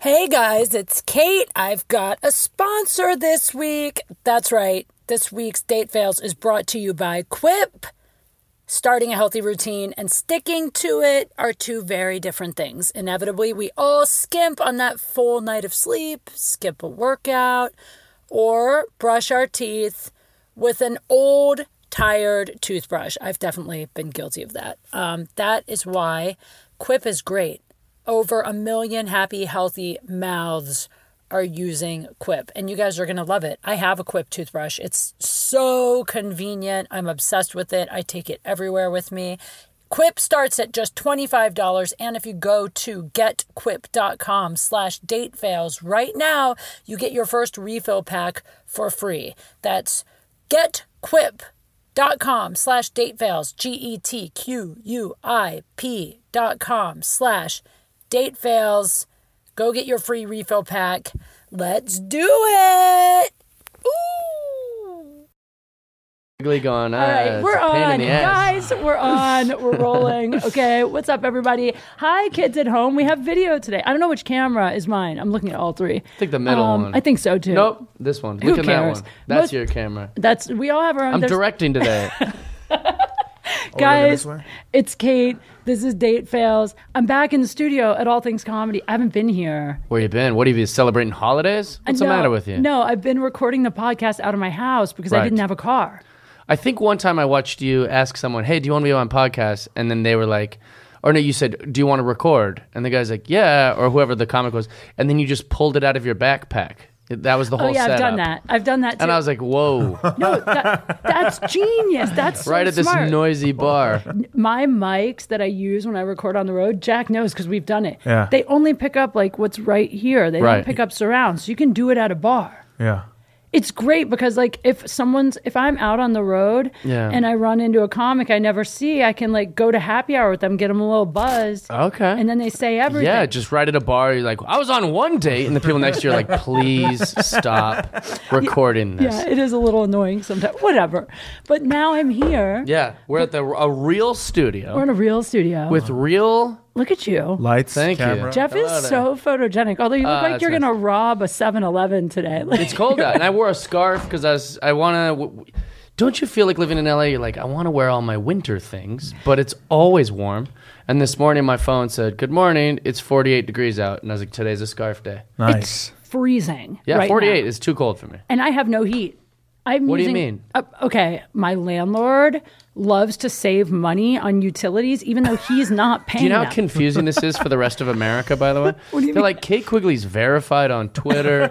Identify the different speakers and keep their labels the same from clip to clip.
Speaker 1: Hey guys, it's Kate. I've got a sponsor this week. That's right. This week's Date Fails is brought to you by Quip. Starting a healthy routine and sticking to it are two very different things. Inevitably, we all skimp on that full night of sleep, skip a workout, or brush our teeth with an old, tired toothbrush. I've definitely been guilty of that. Um, that is why Quip is great over a million happy, healthy mouths are using Quip, and you guys are going to love it. I have a Quip toothbrush. It's so convenient. I'm obsessed with it. I take it everywhere with me. Quip starts at just $25 and if you go to getquip.com slash datefails right now, you get your first refill pack for free. That's getquip.com slash E datefails, G-E-T-Q-U-I-P dot com slash date fails. Go get your free refill pack. Let's do it. Ooh.
Speaker 2: Wiggly going on.
Speaker 1: All right, we're on,
Speaker 2: ass.
Speaker 1: guys. We're on. We're rolling. Okay, what's up, everybody? Hi, kids at home. We have video today. I don't know which camera is mine. I'm looking at all three. I
Speaker 2: think the middle one.
Speaker 1: I think so too.
Speaker 2: Nope, this one. Look at
Speaker 1: cares?
Speaker 2: that one. That's
Speaker 1: Most-
Speaker 2: your camera.
Speaker 1: That's we all have our own.
Speaker 2: I'm
Speaker 1: there's-
Speaker 2: directing today.
Speaker 1: guys.
Speaker 3: this way?
Speaker 1: It's Kate. This is Date Fails. I'm back in the studio at All Things Comedy. I haven't been here.
Speaker 2: Where you been? What have you been celebrating holidays? What's
Speaker 1: Uh, no,
Speaker 2: the matter with you?
Speaker 1: No, I've been recording the podcast out of my house because I
Speaker 2: Right.
Speaker 1: didn't have a car.
Speaker 2: I think one time I watched you ask someone, "Hey, do you want to be on podcast?" And then they were like, "Or no," you said, "Do you want to record?" And the guy's like, "Yeah," or whoever the comic was, and then you just pulled it out of your backpack. It- that was the whole.
Speaker 1: Oh yeah, I've done
Speaker 2: setup.
Speaker 1: that. I've done that too.
Speaker 2: And I was like, "Whoa!"
Speaker 1: no, that, that's genius. That's so
Speaker 2: right at this
Speaker 1: smart.
Speaker 2: noisy bar.
Speaker 1: My mics that I use when I record on the road, Jack knows because we've done it.
Speaker 3: Yeah.
Speaker 1: They only pick up like what's right here. They
Speaker 2: Right.
Speaker 1: don't pick up surround, so you can do it at a bar.
Speaker 3: Yeah.
Speaker 1: It's great because like if someone's if I'm out on the road
Speaker 2: Yeah.
Speaker 1: and I run into a comic I never see, I can like go to happy hour with them, get them a little buzzed,
Speaker 2: Okay.
Speaker 1: and then they say everything.
Speaker 2: Oh. Yeah, just right at a bar. You're like, I was on one date, and the people next to you are like, please stop recording this.
Speaker 1: Yeah, it is a little annoying sometimes. Whatever. But now I'm here.
Speaker 2: Yeah, we're at the a real studio
Speaker 1: We're in a real studio.
Speaker 2: with real.
Speaker 1: Look at you.
Speaker 3: Lights.
Speaker 2: Thank you.
Speaker 3: camera.
Speaker 1: Jeff is
Speaker 2: Hello there.
Speaker 1: so photogenic. Although you look
Speaker 2: Ah,
Speaker 1: like
Speaker 2: that's
Speaker 1: you're
Speaker 2: nice.
Speaker 1: gonna rob a 7-Eleven today. Like,
Speaker 2: It's cold out, and I wore a scarf because I was, I want to. W- w- don't you feel like living in LA? You're like, I want to wear all my winter things, but it's always warm. And this morning, my phone said, "Good morning, it's 48 degrees out," and I was like, "Today's a scarf day."
Speaker 3: Nice.
Speaker 1: freezing.
Speaker 2: Yeah,
Speaker 1: right
Speaker 2: 48
Speaker 1: now.
Speaker 2: is too cold for me.
Speaker 1: And I have no heat. I'm
Speaker 2: What do you
Speaker 1: using,
Speaker 2: mean?
Speaker 1: Uh, okay, my landlord loves to save money on utilities, even though he's not paying.
Speaker 2: Do you know how
Speaker 1: them.
Speaker 2: confusing this is for the rest of America, by the way?
Speaker 1: What do you
Speaker 2: They're
Speaker 1: mean?
Speaker 2: like, Kate Quigley's verified on Twitter.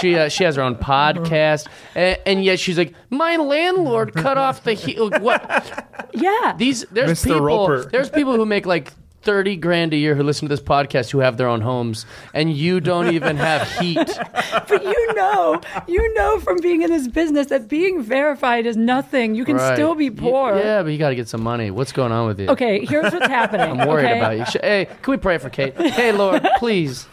Speaker 2: she uh, she has her own podcast. And, and yet she's like, my landlord cut off the heat. What?
Speaker 1: yeah.
Speaker 2: These, there's
Speaker 3: Mr.
Speaker 2: people,
Speaker 3: Roper.
Speaker 2: there's people who make like 30 grand a year who listen to this podcast who have their own homes and you don't even have heat.
Speaker 1: but you know, you know from being in this business that being verified is nothing. You can
Speaker 2: Right.
Speaker 1: still be
Speaker 2: You-
Speaker 1: poor.
Speaker 2: yeah, but you got to get some money. What's going on with you?
Speaker 1: Okay, here's what's happening.
Speaker 2: I'm worried
Speaker 1: okay?
Speaker 2: about you. Sh- Hey, can we pray for Kate? Hey, Lord, please.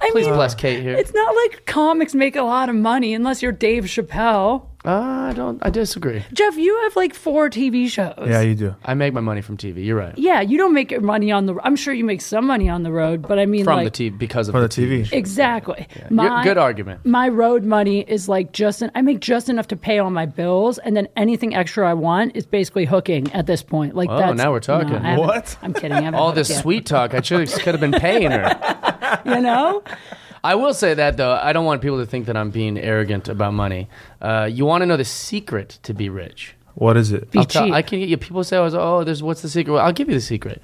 Speaker 1: I
Speaker 2: Please
Speaker 1: mean,
Speaker 2: bless Kate here.
Speaker 1: Uh, It's not like comics make a lot of money unless you're Dave Chappelle.
Speaker 2: Uh, I don't. I disagree.
Speaker 1: Jeff, you have like four TV shows.
Speaker 3: Yeah, you do.
Speaker 2: I make my money from TV. You're right.
Speaker 1: Yeah, you don't make your money on the. I'm sure you make some money on the road, but I mean,
Speaker 2: from
Speaker 1: like,
Speaker 2: the TV because of
Speaker 3: For
Speaker 2: the TV.
Speaker 3: the TV.
Speaker 1: Exactly.
Speaker 2: Good- good argument.
Speaker 1: My road money is like just. En- I make just enough to pay all my bills, and then anything extra I want is basically hooking at this point. Like
Speaker 2: Oh,
Speaker 1: that's
Speaker 2: now we're talking.
Speaker 1: no, I haven't-
Speaker 3: What?
Speaker 1: I'm kidding. I haven't
Speaker 2: All
Speaker 1: hooked
Speaker 2: this
Speaker 1: yet.
Speaker 2: sweet talk, I should could have been paying her.
Speaker 1: you know.
Speaker 2: I will say that though, I don't want people to think that I'm being arrogant about money. Uh, you want to know the secret to be rich?
Speaker 3: What is it?
Speaker 1: Be
Speaker 2: I'll tell-
Speaker 1: cheap.
Speaker 2: I can get you. People say, "Oh, there's what's the secret?" Well, I'll give you the secret.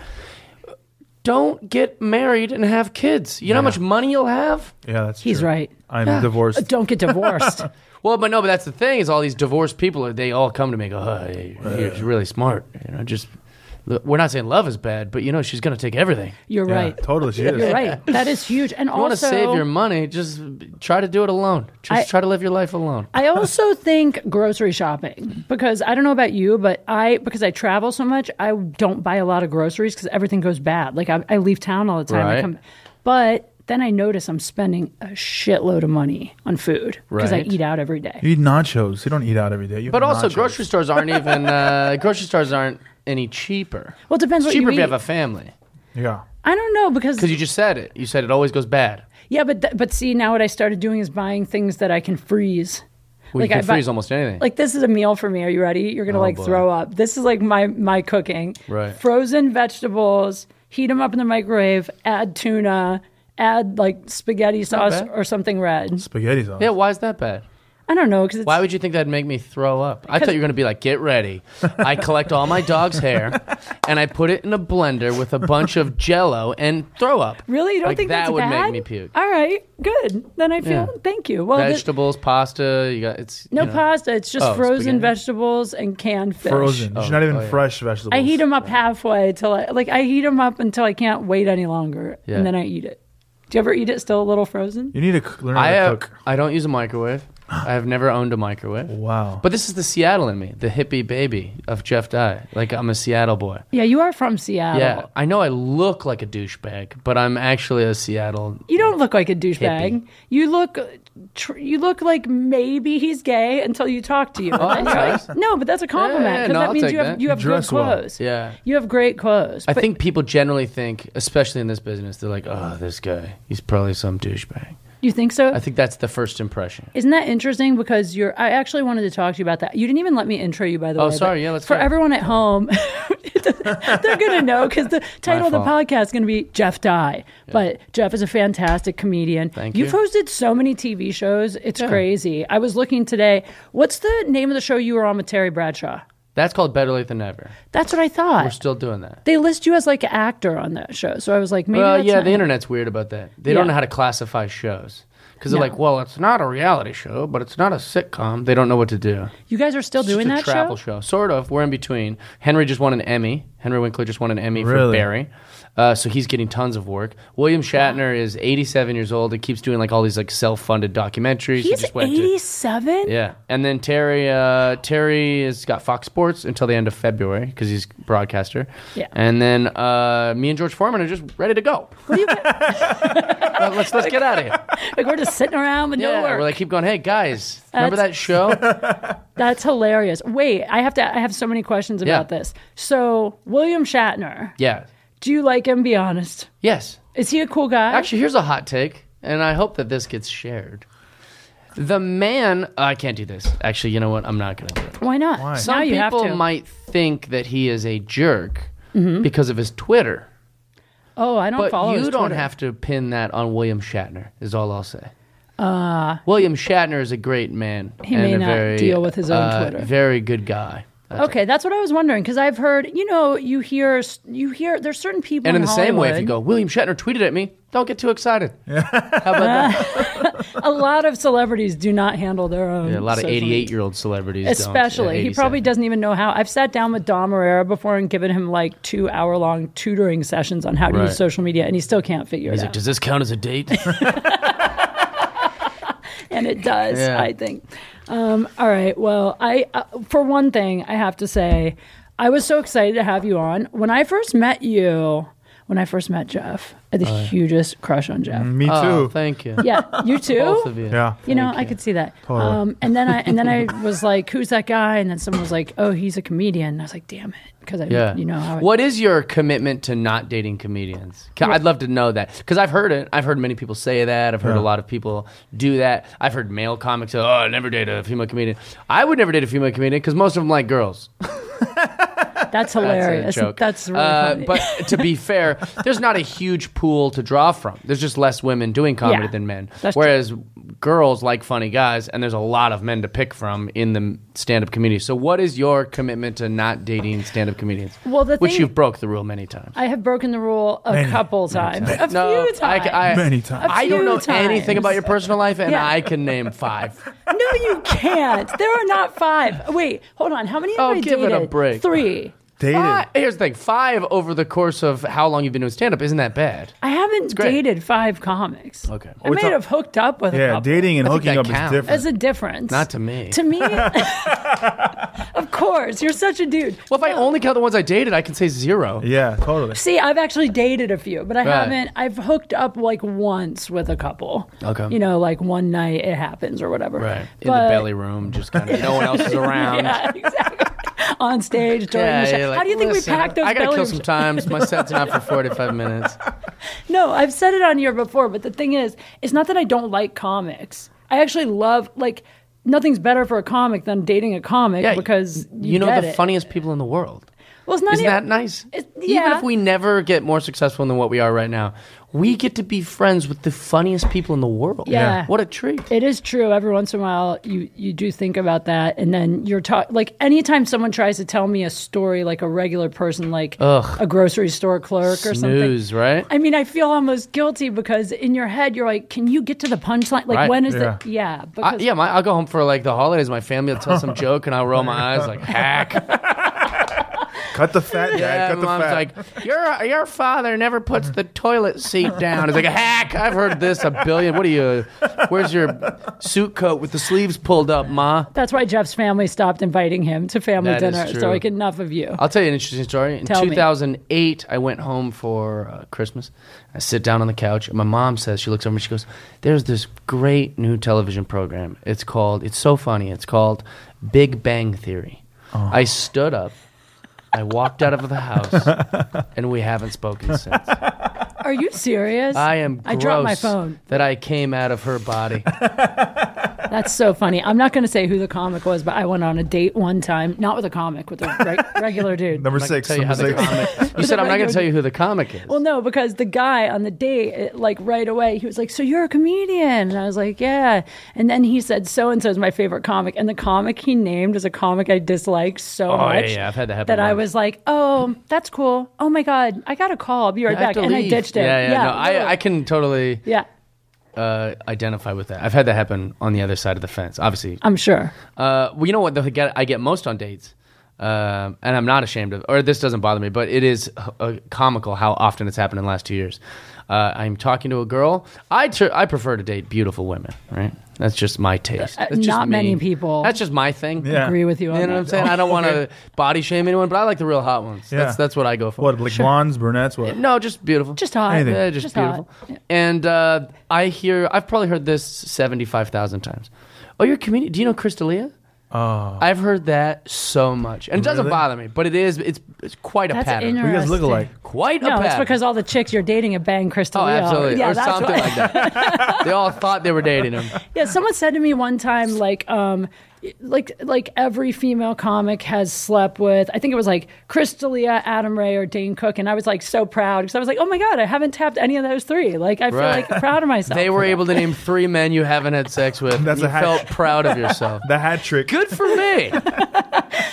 Speaker 2: Don't get married and have kids. You know how much money you'll have.
Speaker 3: Yeah, that's
Speaker 1: He's
Speaker 3: true.
Speaker 1: right.
Speaker 3: I'm divorced.
Speaker 1: Don't get divorced.
Speaker 2: Well, but no, but that's the thing is all these divorced people, they all come to me and go, oh, hey, you're really smart. You know, just look, we're not saying love is bad, but you know, she's going to take everything.
Speaker 1: You're
Speaker 3: Yeah,
Speaker 1: right.
Speaker 3: Totally, she is.
Speaker 1: You're right. That is huge. And
Speaker 2: You want to
Speaker 1: also,
Speaker 2: save your money, just try to do it alone. Just
Speaker 1: I-
Speaker 2: try to live your life alone.
Speaker 1: I also think grocery shopping because I don't know about you, but I because I travel so much, I don't buy a lot of groceries because everything goes bad. Like I, I leave town all the time. I
Speaker 2: Right.
Speaker 1: come, but then I notice I'm spending a shitload of money on food because
Speaker 2: Right.
Speaker 1: I eat out every day.
Speaker 3: You eat nachos. You don't eat out every day. You
Speaker 2: But
Speaker 3: have
Speaker 2: also,
Speaker 3: nachos.
Speaker 2: grocery stores aren't even uh, grocery stores aren't any cheaper.
Speaker 1: Well, it depends
Speaker 2: It's
Speaker 1: what
Speaker 2: cheaper
Speaker 1: you
Speaker 2: if you have
Speaker 1: eat.
Speaker 2: a family
Speaker 3: Yeah.
Speaker 1: I don't know because
Speaker 2: because you just said it. You said it always goes bad.
Speaker 1: Yeah, but th- but see, now what I started doing is buying things that I can freeze.
Speaker 2: Well, you
Speaker 1: I
Speaker 2: can
Speaker 1: buy-
Speaker 2: freeze almost anything.
Speaker 1: Like this is a meal for me. Are you ready? You're gonna
Speaker 2: Oh,
Speaker 1: like
Speaker 2: boy.
Speaker 1: throw up. This is like my my cooking.
Speaker 2: Right.
Speaker 1: Frozen vegetables. Heat them up in the microwave. Add tuna. Add like spaghetti sauce
Speaker 2: bad.
Speaker 1: or something red.
Speaker 3: Spaghetti sauce.
Speaker 2: yeah, why is that bad?
Speaker 1: I don't know because it's
Speaker 2: Why would you think that'd make me throw up? I thought you were going to be like, get ready. I collect all my dog's hair and I put it in a blender with a bunch of jello and throw up.
Speaker 1: really you don't
Speaker 2: like,
Speaker 1: think
Speaker 2: that
Speaker 1: that's
Speaker 2: would
Speaker 1: bad?
Speaker 2: make me puke.
Speaker 1: All right, good. Then I feel
Speaker 2: Yeah.
Speaker 1: thank you. Well, this-
Speaker 2: Vegetables, pasta, you got it's
Speaker 1: no
Speaker 2: you know.
Speaker 1: pasta. It's just
Speaker 2: Oh,
Speaker 1: frozen
Speaker 2: spaghetti.
Speaker 1: vegetables and canned fish.
Speaker 3: Frozen.
Speaker 2: Oh,
Speaker 3: It's not even
Speaker 2: oh, yeah.
Speaker 3: fresh vegetables.
Speaker 1: I heat them up halfway till I like I heat them up until I can't wait any longer,
Speaker 2: Yeah.
Speaker 1: and then I eat it. Do you ever eat it still a little frozen?
Speaker 3: You need to c- learn how
Speaker 2: I
Speaker 3: to
Speaker 2: have,
Speaker 3: cook.
Speaker 2: I don't use a microwave. I have never owned a microwave.
Speaker 3: Wow.
Speaker 2: But this is the Seattle in me, the hippie baby of Jeff Dye. Like I'm a Seattle boy.
Speaker 1: Yeah, you are from Seattle.
Speaker 2: Yeah, I know I look like a douchebag, but I'm actually a Seattle.
Speaker 1: You don't look like a douchebag. You look, tr- you look like maybe he's gay until you talk to you. And you're
Speaker 2: Oh, nice.
Speaker 1: like, no, but that's a compliment
Speaker 2: Yeah, yeah,
Speaker 1: 'cause
Speaker 2: no,
Speaker 1: that
Speaker 2: I'll
Speaker 1: means
Speaker 2: take
Speaker 1: you have
Speaker 2: that.
Speaker 1: you have good
Speaker 3: Dress well.
Speaker 1: clothes.
Speaker 2: Yeah.
Speaker 1: you have great clothes.
Speaker 2: I
Speaker 1: But-
Speaker 2: think people generally think, especially in this business, they're like, "Oh, this guy, he's probably some douchebag."
Speaker 1: you think so.
Speaker 2: I think that's the first impression.
Speaker 1: Isn't that interesting? Because you're, I actually wanted to talk to you about that. You didn't even let me intro you, by the
Speaker 2: Oh,
Speaker 1: way. but
Speaker 2: sorry. Yeah, let's
Speaker 1: For
Speaker 2: go.
Speaker 1: everyone at home, they're going to know because the title of the
Speaker 2: fault.
Speaker 1: podcast is going to be Jeff Die. But Jeff is a fantastic comedian.
Speaker 2: Thank
Speaker 1: You've
Speaker 2: you.
Speaker 1: hosted so many TV shows. It's crazy. I was looking today. What's the name of the show you were on with Terry Bradshaw?
Speaker 2: That's called better late than never.
Speaker 1: That's what I
Speaker 2: We're
Speaker 1: thought.
Speaker 2: still doing that.
Speaker 1: they list you as like an actor on that show. So I was like, maybe.
Speaker 2: Well,
Speaker 1: that's
Speaker 2: yeah,
Speaker 1: not-
Speaker 2: the internet's weird about that. They don't
Speaker 1: Yeah.
Speaker 2: know how to classify shows because they're
Speaker 1: No.
Speaker 2: like, "Well, it's not a reality show, but it's not a sitcom." They don't know what to do.
Speaker 1: You guys are still
Speaker 2: It's
Speaker 1: doing
Speaker 2: just
Speaker 1: that
Speaker 2: a travel
Speaker 1: show?
Speaker 2: show? sort of. We're in between. Henry just won an Emmy. Henry Winkler just won an Emmy for
Speaker 3: Really?
Speaker 2: Barry, uh, so he's getting tons of work. William Shatner is 87 years old. He keeps doing like all these like self-funded documentaries. he
Speaker 1: He's
Speaker 2: just went to-
Speaker 1: 87?
Speaker 2: yeah, and then Terry uh, Terry has got Fox Sports until the end of February because he's broadcaster.
Speaker 1: Yeah.
Speaker 2: and then uh, me and George Foreman are just ready to go. Let- let's let's get out of here.
Speaker 1: Like we're just sitting around with
Speaker 2: yeah,
Speaker 1: no work.
Speaker 2: we're like keep going. Hey guys, remember
Speaker 1: That's-
Speaker 2: that show?
Speaker 1: That's hilarious. Wait, I have to. I have so many questions about
Speaker 2: Yeah.
Speaker 1: this. So William Shatner,
Speaker 2: yeah.
Speaker 1: do you like him? Be honest.
Speaker 2: Yes.
Speaker 1: Is he a cool guy?
Speaker 2: Actually, here's a hot take, and I hope that this gets shared. The man, I can't do this. Actually, you know what? I'm not going to do it.
Speaker 1: why not?
Speaker 3: Why?
Speaker 1: Now
Speaker 2: Some
Speaker 1: you have
Speaker 2: people
Speaker 1: to.
Speaker 2: might think that he is a jerk because of his Twitter,
Speaker 1: oh, I don't
Speaker 2: but
Speaker 1: Mm-hmm. follow.
Speaker 2: you
Speaker 1: his
Speaker 2: don't
Speaker 1: Twitter.
Speaker 2: have to pin that on William Shatner. Is all I'll say. William Shatner is a great man.
Speaker 1: Uh, He
Speaker 2: and
Speaker 1: may
Speaker 2: a
Speaker 1: not
Speaker 2: very,
Speaker 1: deal with his own
Speaker 2: uh,
Speaker 1: Twitter.
Speaker 2: Very good guy.
Speaker 1: Okay, that's what I was wondering because I've heard. You know, you hear. You hear. There's certain people.
Speaker 2: And in the same way, if you
Speaker 1: Hollywood-
Speaker 2: go, William Shatner tweeted at me, don't get too excited. How about that?
Speaker 1: a lot of celebrities do not handle their own.
Speaker 2: Yeah, a lot of
Speaker 1: social media.
Speaker 2: 88 year old celebrities. don't, uh,
Speaker 1: Especially, he
Speaker 2: 87.
Speaker 1: probably doesn't even know how. I've sat down with Dom Herrera before and given him like two hour long tutoring sessions on how to
Speaker 2: Right.
Speaker 1: use social media, and he still can't figure it
Speaker 2: He's like,
Speaker 1: out.
Speaker 2: does this count as a date?
Speaker 1: and it does
Speaker 2: Yeah.
Speaker 1: i think um, all right well i uh, for one thing i have to say i was so excited to have you on when i first met you when i first met jeff i had the hugest crush on jeff
Speaker 3: Me too.
Speaker 2: oh, thank you.
Speaker 1: yeah you too
Speaker 2: Both of you.
Speaker 3: yeah.
Speaker 1: you know, I could see that. Um, and then I and then I was like, "Who's that guy?" And then someone was like, "Oh, he's a comedian." And I was like, "Damn it," because I,
Speaker 2: Yeah.
Speaker 1: you know, how I,
Speaker 2: what is your commitment to not dating comedians? Ca- I'd love to know that because I've heard it. I've heard many people say that. I've heard
Speaker 3: Yeah.
Speaker 2: a lot of people do that. I've heard male comics say, "Oh, I never date a female comedian." I would never date a female comedian because most of them like girls.
Speaker 1: that's
Speaker 2: That's a
Speaker 1: hilarious.
Speaker 2: joke.
Speaker 1: really
Speaker 2: Uh,
Speaker 1: funny.
Speaker 2: But to be fair, there's not a huge pool to draw from. There's just less women doing comedy
Speaker 1: Yeah,
Speaker 2: than men.
Speaker 1: that's
Speaker 2: Whereas girls like funny guys, and there's a lot of men to pick from in the stand-up community. So, what is your commitment to not dating stand-up comedians?
Speaker 1: Well, the
Speaker 2: which
Speaker 1: thing-
Speaker 2: you've broke the rule many times.
Speaker 1: I have broken the rule a
Speaker 3: Many,
Speaker 1: couple times, a
Speaker 2: no,
Speaker 1: few times.
Speaker 2: I, I,
Speaker 3: Many times.
Speaker 2: I don't
Speaker 1: few
Speaker 2: know anything
Speaker 1: times.
Speaker 2: about your personal life, and
Speaker 1: Yeah.
Speaker 2: I can name five.
Speaker 1: No, you can't. There are not five. Wait, hold on. How many have
Speaker 2: Oh,
Speaker 1: I
Speaker 2: give it a
Speaker 1: dated?
Speaker 2: break.
Speaker 1: Three.
Speaker 3: Dated.
Speaker 2: Five- here's the thing: five over the course of how long you've been doing stand-up isn't that bad.
Speaker 1: I haven't
Speaker 2: great.
Speaker 1: dated five comics.
Speaker 2: Okay.
Speaker 1: I may
Speaker 3: talk-
Speaker 1: have hooked up with a
Speaker 3: yeah,
Speaker 1: couple.
Speaker 3: dating and
Speaker 2: I think
Speaker 3: hooking
Speaker 2: that
Speaker 3: up
Speaker 2: counts.
Speaker 3: is different.
Speaker 1: There's a difference.
Speaker 2: Not to me.
Speaker 1: To me, of course, you're such a dude.
Speaker 2: Well, if I only count the ones I dated, I can say zero.
Speaker 3: yeah, totally.
Speaker 1: See, I've actually dated a few, but I
Speaker 2: Right.
Speaker 1: haven't. I've hooked up like once with a couple.
Speaker 2: Okay.
Speaker 1: You know, like one night it happens or whatever.
Speaker 2: Right. In
Speaker 1: But-
Speaker 2: the belly room, just kind of no one else is around.
Speaker 1: Yeah, exactly. on stage during the show.
Speaker 2: you're like,
Speaker 1: How do you think
Speaker 2: "Listen,
Speaker 1: we packed those
Speaker 2: I gotta kill
Speaker 1: belly
Speaker 2: some
Speaker 1: sh-
Speaker 2: times. My set's not for 45 minutes.
Speaker 1: No, I've said it on here before, but the thing is, it's not that I don't like comics. I actually love like nothing's better for a comic than dating a comic
Speaker 2: Yeah,
Speaker 1: because you,
Speaker 2: you know
Speaker 1: get
Speaker 2: the
Speaker 1: it.
Speaker 2: funniest people in the world.
Speaker 1: Well, it's not
Speaker 2: Isn't
Speaker 1: even-
Speaker 2: that nice?
Speaker 1: It-
Speaker 2: Even
Speaker 1: yeah.
Speaker 2: if we never get more successful than what we are right now, we get to be friends with the funniest people in the world.
Speaker 1: Yeah.
Speaker 2: What a treat.
Speaker 1: It is true. Every once in a while, you you do think about that, and then you're talk like anytime someone tries to tell me a story, like a regular person, like a grocery store clerk or something.
Speaker 2: Snooze, right?
Speaker 1: I mean, I feel almost guilty because in your head you're like, "Can you get to the punchline? Like,
Speaker 2: Right.
Speaker 1: when is
Speaker 3: Yeah.
Speaker 1: it? Yeah,
Speaker 2: I,
Speaker 1: because
Speaker 2: yeah, my, I'll go home for like the holidays. My family will tell some joke, and I'll roll my eyes like hack.
Speaker 3: Cut the fat, Dad.
Speaker 2: Yeah,
Speaker 3: Cut the
Speaker 2: mom's
Speaker 3: fat.
Speaker 2: like, your your father never puts the toilet seat down. It's like hack. I've heard this a billion. What are you? Where's your suit coat with the sleeves pulled up, ma?
Speaker 1: that's why Jeff's family stopped inviting him to family
Speaker 2: That is
Speaker 1: dinner.
Speaker 2: true.
Speaker 1: So like, enough of you.
Speaker 2: I'll tell you an interesting story. In
Speaker 1: Tell me.
Speaker 2: 2008, I went home for uh, Christmas. I sit down on the couch, and my mom says, she looks over and she goes, There's this great new television program. It's called, it's so funny, it's called Big Bang Theory.
Speaker 3: Oh.
Speaker 2: I stood up, I walked out of the house, and we haven't spoken since.
Speaker 1: Are you serious?
Speaker 2: I am gross
Speaker 1: I dropped my phone.
Speaker 2: that I came out of her body.
Speaker 1: That's so funny. I'm not going to say who the comic was, but I went on a date one time, not with a comic, with a reg- regular dude.
Speaker 3: Number
Speaker 2: I'm not gonna
Speaker 3: six.
Speaker 2: tell you,
Speaker 3: Number
Speaker 2: how the
Speaker 3: six.
Speaker 2: comic, you said, I'm not going to tell you who the comic is.
Speaker 1: Well, no, because the guy on the date, it- like right away, he was like, "So you're a comedian?" And I was like, "Yeah." And then he said, "So and so is my favorite comic," and the comic he named was a comic I disliked so
Speaker 2: Oh, yeah,
Speaker 1: much.
Speaker 2: yeah, I've had that happen
Speaker 1: That I
Speaker 2: once.
Speaker 1: was like, "Oh, that's cool. Oh my god, I got a call. I'll be right
Speaker 2: I have
Speaker 1: back."
Speaker 2: to
Speaker 1: And I
Speaker 2: leave.
Speaker 1: ditched it.
Speaker 2: Yeah, yeah. no,
Speaker 1: literally.
Speaker 2: I, I can totally.
Speaker 1: yeah,
Speaker 2: uh, identify with that. I've had that happen on the other side of the fence. Obviously,
Speaker 1: I'm sure.
Speaker 2: uh, well, you know what? The, I get I get most on dates, um, and I'm not ashamed of. Or this doesn't bother me, but it is uh, uh, comical how often it's happened in the last two years. Uh, I'm talking to a girl. I tur I prefer to date beautiful women. Right? That's just my taste.
Speaker 1: Uh,
Speaker 2: That's just
Speaker 1: not
Speaker 2: me.
Speaker 1: many people
Speaker 2: That's just my thing.
Speaker 3: Yeah.
Speaker 1: Agree with you on
Speaker 2: You
Speaker 1: that.
Speaker 2: know what I'm saying? I don't want to body shame anyone, but I like the real hot ones.
Speaker 3: Yeah.
Speaker 2: That's that's what I go for.
Speaker 3: What, like blondes, brunettes? What?
Speaker 2: No, just beautiful.
Speaker 1: Just hot.
Speaker 3: Anything.
Speaker 2: Yeah, just,
Speaker 1: Just
Speaker 2: beautiful. And uh, I hear, I've probably heard this 75,000 times. Oh, you're a comedian. Do you know Chris D'Elia?
Speaker 3: Oh.
Speaker 2: I've heard that so much. And it doesn't
Speaker 3: Really?
Speaker 2: bother me, but it is, it's, it's quite a
Speaker 1: That's
Speaker 2: pattern.
Speaker 1: interesting.
Speaker 3: What you guys look alike?
Speaker 2: Quite a
Speaker 1: No,
Speaker 2: pattern.
Speaker 1: it's because all the chicks you're dating at Bang Crystal.
Speaker 2: Oh, absolutely.
Speaker 1: Yeah,
Speaker 2: or
Speaker 1: that's
Speaker 2: something
Speaker 1: why.
Speaker 2: like that. they all thought they were dating him.
Speaker 1: Yeah, someone said to me one time, like, um, like, like every female comic has slept with. I think it was like Chris D'Elia, Adam Ray, or Dane Cook, and I was like so proud because I was like, oh my god, I haven't tapped any of those three. Like, I feel
Speaker 2: Right.
Speaker 1: like proud of myself.
Speaker 2: They were able to name three men you haven't had sex with.
Speaker 3: That's
Speaker 2: you
Speaker 3: a hack.
Speaker 2: felt proud of yourself.
Speaker 3: The hat trick.
Speaker 2: Good for me.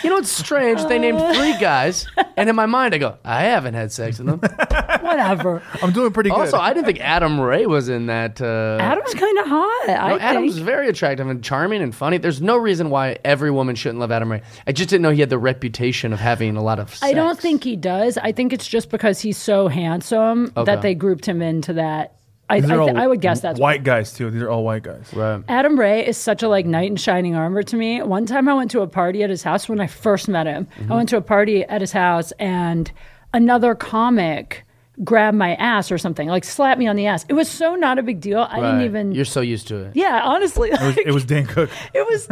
Speaker 2: you know what's strange? They named three guys, and in my mind, I go, I haven't had sex with them.
Speaker 1: whatever.
Speaker 3: I'm doing pretty good.
Speaker 2: Also, I didn't think Adam Ray was in that. Uh,
Speaker 1: Adam's kind of hot.
Speaker 2: no,
Speaker 1: I
Speaker 2: Adam's
Speaker 1: think.
Speaker 2: very attractive and charming and funny. There's no reason why every woman shouldn't love Adam Ray. I just didn't know he had the reputation of having a lot of. Sex.
Speaker 1: I don't think he does. I think it's just because he's so handsome
Speaker 2: Okay.
Speaker 1: that they grouped him into that. I, I,
Speaker 3: These are
Speaker 1: th-
Speaker 3: all
Speaker 1: I would guess that's
Speaker 3: white guys too. These are all white guys.
Speaker 2: Right.
Speaker 1: Adam Ray is such a like knight in shining armor to me. One time I went to a party at his house when I first met him. I went to a party at his house and another comic grabbed my ass or something, like slapped me on the ass. It was so not a big deal. I didn't
Speaker 2: Right.
Speaker 1: even
Speaker 2: You're so used to it.
Speaker 1: Yeah, honestly. Like,
Speaker 3: It was, it was Dan Cook.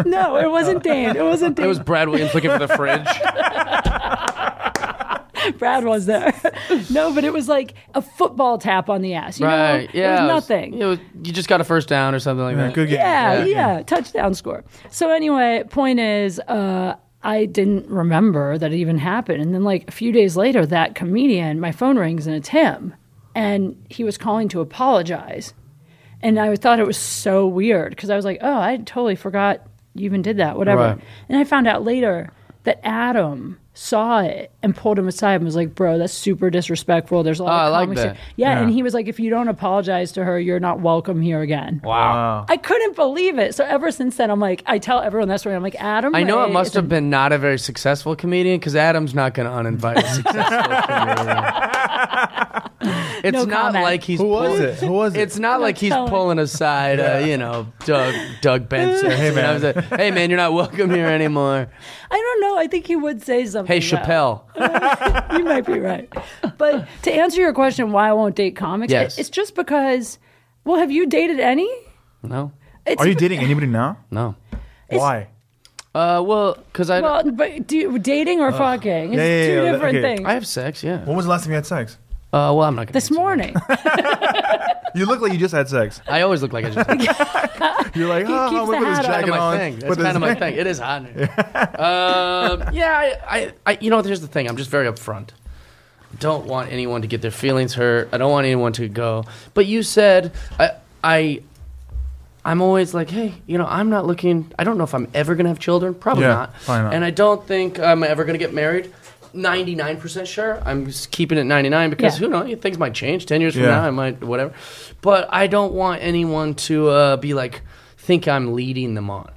Speaker 1: no, it wasn't Dane. It wasn't Dane.
Speaker 2: It was Brad Williams looking for the fridge.
Speaker 1: Brad was there. no, but it was like a football tap on the ass. You know?
Speaker 2: right. Yeah.
Speaker 1: It was
Speaker 2: it was-
Speaker 1: nothing.
Speaker 2: it was- you just got a first down or something like
Speaker 3: Yeah,
Speaker 2: that.
Speaker 3: good game.
Speaker 1: yeah,
Speaker 2: Yeah.
Speaker 1: yeah, touchdown score. So anyway, point is, uh, I didn't remember that it even happened. And then like a few days later, that comedian, my phone rings and it's him, and he was calling to apologize, and I thought it was so weird because I was like, oh, I totally forgot you even did that, whatever.
Speaker 2: Right.
Speaker 1: And I found out later that Adam saw it and pulled him aside and was like, "Bro, that's super disrespectful. There's a lot of
Speaker 2: Oh, I like
Speaker 1: comics
Speaker 2: that.
Speaker 1: here." Yeah,
Speaker 3: Yeah.
Speaker 1: and he was like, "If you don't apologize to her, you're not welcome here again."
Speaker 3: Wow.
Speaker 1: I couldn't believe it. So ever since then, I'm like, I tell everyone that's right. I'm like, Adam.
Speaker 2: I know it
Speaker 1: Ray
Speaker 2: must
Speaker 1: is a-
Speaker 2: have been not a very successful comedian because Adam's not going to uninvite a successful comedian. It's
Speaker 1: No
Speaker 2: not
Speaker 1: comment.
Speaker 2: like he's
Speaker 3: Who was
Speaker 2: pull-
Speaker 3: it? Who was it?
Speaker 2: It's not like he's
Speaker 1: telling.
Speaker 2: pulling aside, uh, you know, Doug Doug Benson.
Speaker 3: Hey,
Speaker 2: You know,
Speaker 3: man.
Speaker 2: he's like, hey man, you're not welcome here anymore.
Speaker 1: I don't know. I think he would say something.
Speaker 2: Hey
Speaker 1: though.
Speaker 2: Chappelle,
Speaker 1: you might be right. But to answer your question, why I won't date comics?
Speaker 2: Yes.
Speaker 1: it- it's just because. Well, have you dated any?
Speaker 2: no,
Speaker 1: It's
Speaker 3: Are you dating anybody now?
Speaker 2: no.
Speaker 3: Why?
Speaker 2: Uh, well, because I
Speaker 1: Well, but do you, dating or fucking is
Speaker 3: Yeah, yeah,
Speaker 1: two
Speaker 3: yeah,
Speaker 1: different
Speaker 3: okay.
Speaker 1: things.
Speaker 2: I have sex. Yeah. Uh,
Speaker 3: When was the last time you had sex?
Speaker 2: well, I'm not gonna.
Speaker 1: this
Speaker 2: answer that.
Speaker 1: morning,
Speaker 3: You look like you just had sex.
Speaker 2: I always look like I just. It's
Speaker 3: You're like, oh,
Speaker 1: keeps
Speaker 3: look
Speaker 1: the
Speaker 3: at
Speaker 1: hat on.
Speaker 2: kind
Speaker 3: this
Speaker 2: of
Speaker 3: jacket
Speaker 2: my
Speaker 3: on.
Speaker 2: thing. That's
Speaker 3: with this-
Speaker 2: kind of my thing. It is hot. in here. um, yeah, I, I, I, you know, here's the thing. I'm just very upfront. I don't want anyone to get their feelings hurt. I don't want anyone to go. But you said, I, I, I'm always like, hey, you know, I'm not looking. I don't know if I'm ever gonna have children. Probably
Speaker 3: Yeah,
Speaker 2: not.
Speaker 3: probably not.
Speaker 2: And I don't think I'm ever gonna get married. 99% sure. I'm just keeping it 99 because
Speaker 1: Yeah.
Speaker 2: who knows? Things might change. 10 years from
Speaker 3: Yeah.
Speaker 2: now, I might whatever. But I don't want anyone to uh, be like think I'm leading them on.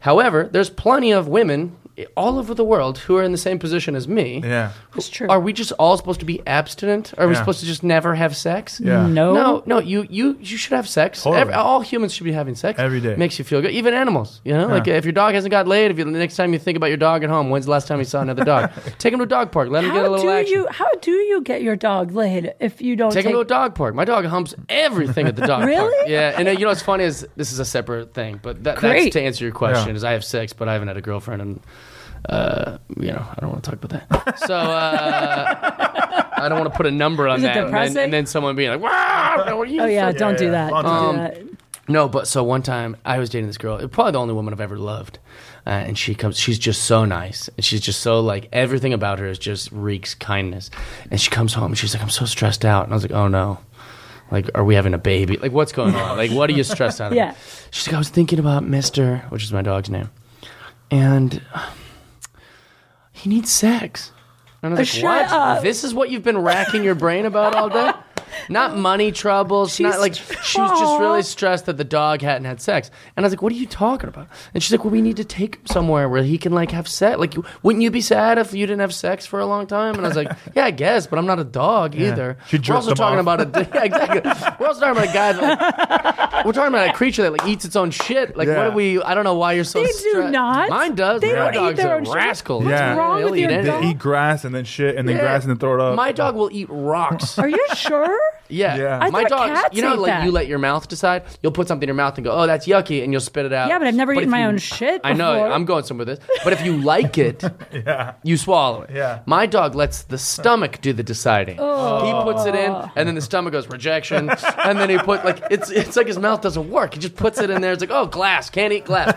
Speaker 2: However, there's plenty of women all over the world who are in the same position as me.
Speaker 3: Yeah.
Speaker 1: it's true.
Speaker 2: Are we just all supposed to be abstinent? Are we
Speaker 3: Yeah.
Speaker 2: supposed to just never have sex?
Speaker 3: Yeah.
Speaker 1: No.
Speaker 2: No, no, you you you should have sex.
Speaker 3: Totally.
Speaker 2: Ev- all humans should be having sex
Speaker 3: Every day.
Speaker 2: Makes you feel good. Even animals, you know, like
Speaker 3: Yeah.
Speaker 2: if your dog hasn't got laid, if you, the next time you think about your dog at home, when's the last time you saw another dog? take him to a dog park. Let him get a
Speaker 1: How
Speaker 2: little
Speaker 1: do
Speaker 2: action.
Speaker 1: you how do you get your dog laid if you don't
Speaker 2: Take,
Speaker 1: take,
Speaker 2: him to a dog park. My dog humps everything at the dog park.
Speaker 1: Really?
Speaker 2: Yeah. And uh, you know what's funny is this is a separate thing, but that, that's
Speaker 1: Great.
Speaker 2: to answer your question.
Speaker 3: Yeah.
Speaker 2: Is I have sex, but I haven't had a girlfriend, and uh, you know I don't want to talk about that. So uh, I don't want to put a number on
Speaker 1: Is it
Speaker 2: that, and then,
Speaker 1: depressing?
Speaker 2: and then someone being like, "Wow, what are you?"
Speaker 1: Oh yeah,
Speaker 2: fucking-"
Speaker 1: don't do
Speaker 3: yeah.
Speaker 1: that.
Speaker 3: Long
Speaker 1: Don't
Speaker 3: time.
Speaker 1: do that.
Speaker 2: No, but so one time I was dating this girl, probably the only woman I've ever loved, uh, and she comes. She's just so nice, and she's just so like everything about her is just reeks kindness. And she comes home, and she's like, "I'm so stressed out," and I was like, "Oh no." Like, are we having a baby? Like, what's going on? Like, what are you stressed out about?
Speaker 1: Yeah.
Speaker 2: She's like, I was thinking about Mister, which is my dog's name, and he needs sex. And I was like,
Speaker 1: Oh, Shut
Speaker 2: what?
Speaker 1: up.
Speaker 2: This is what you've been racking your brain about all day? Not money troubles.
Speaker 1: She's-
Speaker 2: not like she was just
Speaker 1: Aw.
Speaker 2: really stressed that the dog hadn't had sex. And I was like, "What are you talking about?" And she's like, "Well, we need to take him somewhere where he can like have sex. Like, wouldn't you be sad if you didn't have sex for a long time?" And I was like, "Yeah, I guess, but I'm not a dog either."
Speaker 3: She
Speaker 2: We're
Speaker 3: jerked
Speaker 2: also
Speaker 3: him
Speaker 2: talking
Speaker 3: off.
Speaker 2: about a yeah, exactly. We're also talking about a guy that like, we're talking about a creature that like eats its own shit. Like,
Speaker 3: Yeah.
Speaker 2: what do we? I don't know why you're so.
Speaker 1: They do
Speaker 2: stre-
Speaker 1: not.
Speaker 2: Mine does.
Speaker 1: They
Speaker 2: My
Speaker 1: don't eat
Speaker 2: dog's
Speaker 1: their
Speaker 2: a
Speaker 1: own shit.
Speaker 2: rascal.
Speaker 3: What's
Speaker 2: Yeah.
Speaker 1: wrong
Speaker 2: He'll
Speaker 1: with
Speaker 2: eat
Speaker 1: your
Speaker 2: anything.
Speaker 1: dog?
Speaker 3: They eat grass and then shit and then grass and then throw it up.
Speaker 2: Eh, My dog will eat rocks.
Speaker 1: Are you sure?
Speaker 2: Yeah.
Speaker 3: Yeah. I
Speaker 2: My
Speaker 1: thought
Speaker 2: dog,
Speaker 1: cats
Speaker 2: you know,
Speaker 1: ate
Speaker 2: like
Speaker 1: that.
Speaker 2: you let your mouth decide. You'll put something in your mouth and go, "Oh, that's yucky," and you'll spit it out.
Speaker 1: Yeah, but I've never
Speaker 2: if
Speaker 1: eaten my
Speaker 2: you-
Speaker 1: own shit
Speaker 2: I know.
Speaker 1: before.
Speaker 2: I'm going somewhere with this. But if you like it, you swallow it.
Speaker 3: Yeah.
Speaker 2: My dog lets the stomach do the deciding.
Speaker 1: Oh.
Speaker 2: He puts it in, and then
Speaker 3: Oh.
Speaker 2: the stomach goes rejection, and then he put like it's it's like his mouth doesn't work. He just puts it in there. It's like, oh, glass can't eat glass.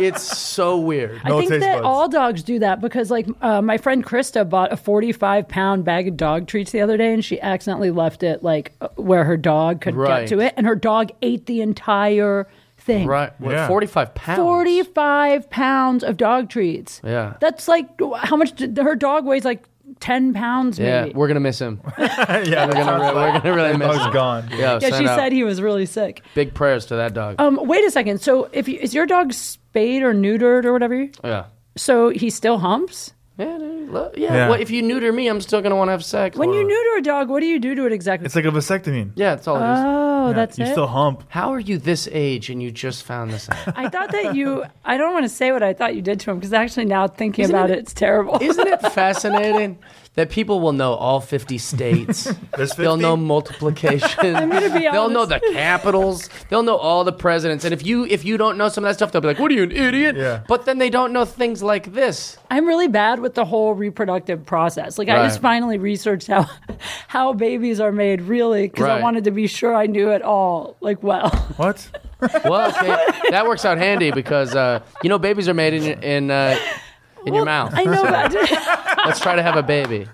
Speaker 2: it's so weird.
Speaker 1: I
Speaker 3: No
Speaker 1: think
Speaker 3: taste
Speaker 1: that
Speaker 3: buds.
Speaker 1: all dogs do that because, like, uh, my friend Krista bought a 45 pound bag of dog treats the other day and she accidentally left it, like, uh, where her dog could
Speaker 2: Right.
Speaker 1: get to it. And her dog ate the entire thing.
Speaker 2: Right. What,
Speaker 3: Yeah.
Speaker 2: 45 pounds.
Speaker 1: 45 pounds of dog treats.
Speaker 2: Yeah.
Speaker 1: That's like, how much? Did, her dog weighs like 10 pounds,
Speaker 2: Yeah,
Speaker 1: maybe.
Speaker 2: we're going to miss him.
Speaker 3: yeah, they're
Speaker 2: We're going to really miss him.
Speaker 3: Dog's Oh, gone.
Speaker 2: Yeah,
Speaker 1: yeah, she
Speaker 2: send out
Speaker 1: said he was really sick.
Speaker 2: big prayers to that dog.
Speaker 1: Um, wait a second. So, if you, is your dog spayed or neutered or whatever?
Speaker 2: yeah.
Speaker 1: So he still humps?
Speaker 2: Yeah, dude, lo- yeah.
Speaker 3: Yeah.
Speaker 2: Well, if you neuter me, I'm still gonna want to have sex.
Speaker 1: When you neuter a dog, what do you do to it exactly?
Speaker 3: It's like a vasectomy.
Speaker 2: yeah, it's all it is.
Speaker 1: oh, that's
Speaker 3: you
Speaker 1: it.
Speaker 3: still hump.
Speaker 2: How are you this age and you just found this out?
Speaker 1: I thought that you. I don't want to say what I thought you did to him because actually now thinking
Speaker 2: Isn't
Speaker 1: about it,
Speaker 2: it-
Speaker 1: it's terrible.
Speaker 2: Isn't it fascinating that people will know all 50 states?
Speaker 3: There's 50?
Speaker 2: They'll know multiplication. I'm
Speaker 1: gonna be
Speaker 2: They'll know the
Speaker 1: honest.
Speaker 2: capitals. They'll know all the presidents. And if you if you don't know some of that stuff, they'll be like, "What are you, an idiot?"
Speaker 3: Yeah.
Speaker 2: But then they don't know things like this.
Speaker 1: I'm really bad with the whole reproductive process. Like I just
Speaker 2: Right.
Speaker 1: finally researched how how babies are made really because
Speaker 2: Right.
Speaker 1: I wanted to be sure I knew it all like well.
Speaker 3: What?
Speaker 2: Well, okay, that works out handy because uh, you know babies are made in your- in uh, in
Speaker 1: Well,
Speaker 2: your mouth.
Speaker 1: I know that.
Speaker 2: Let's try to have a baby.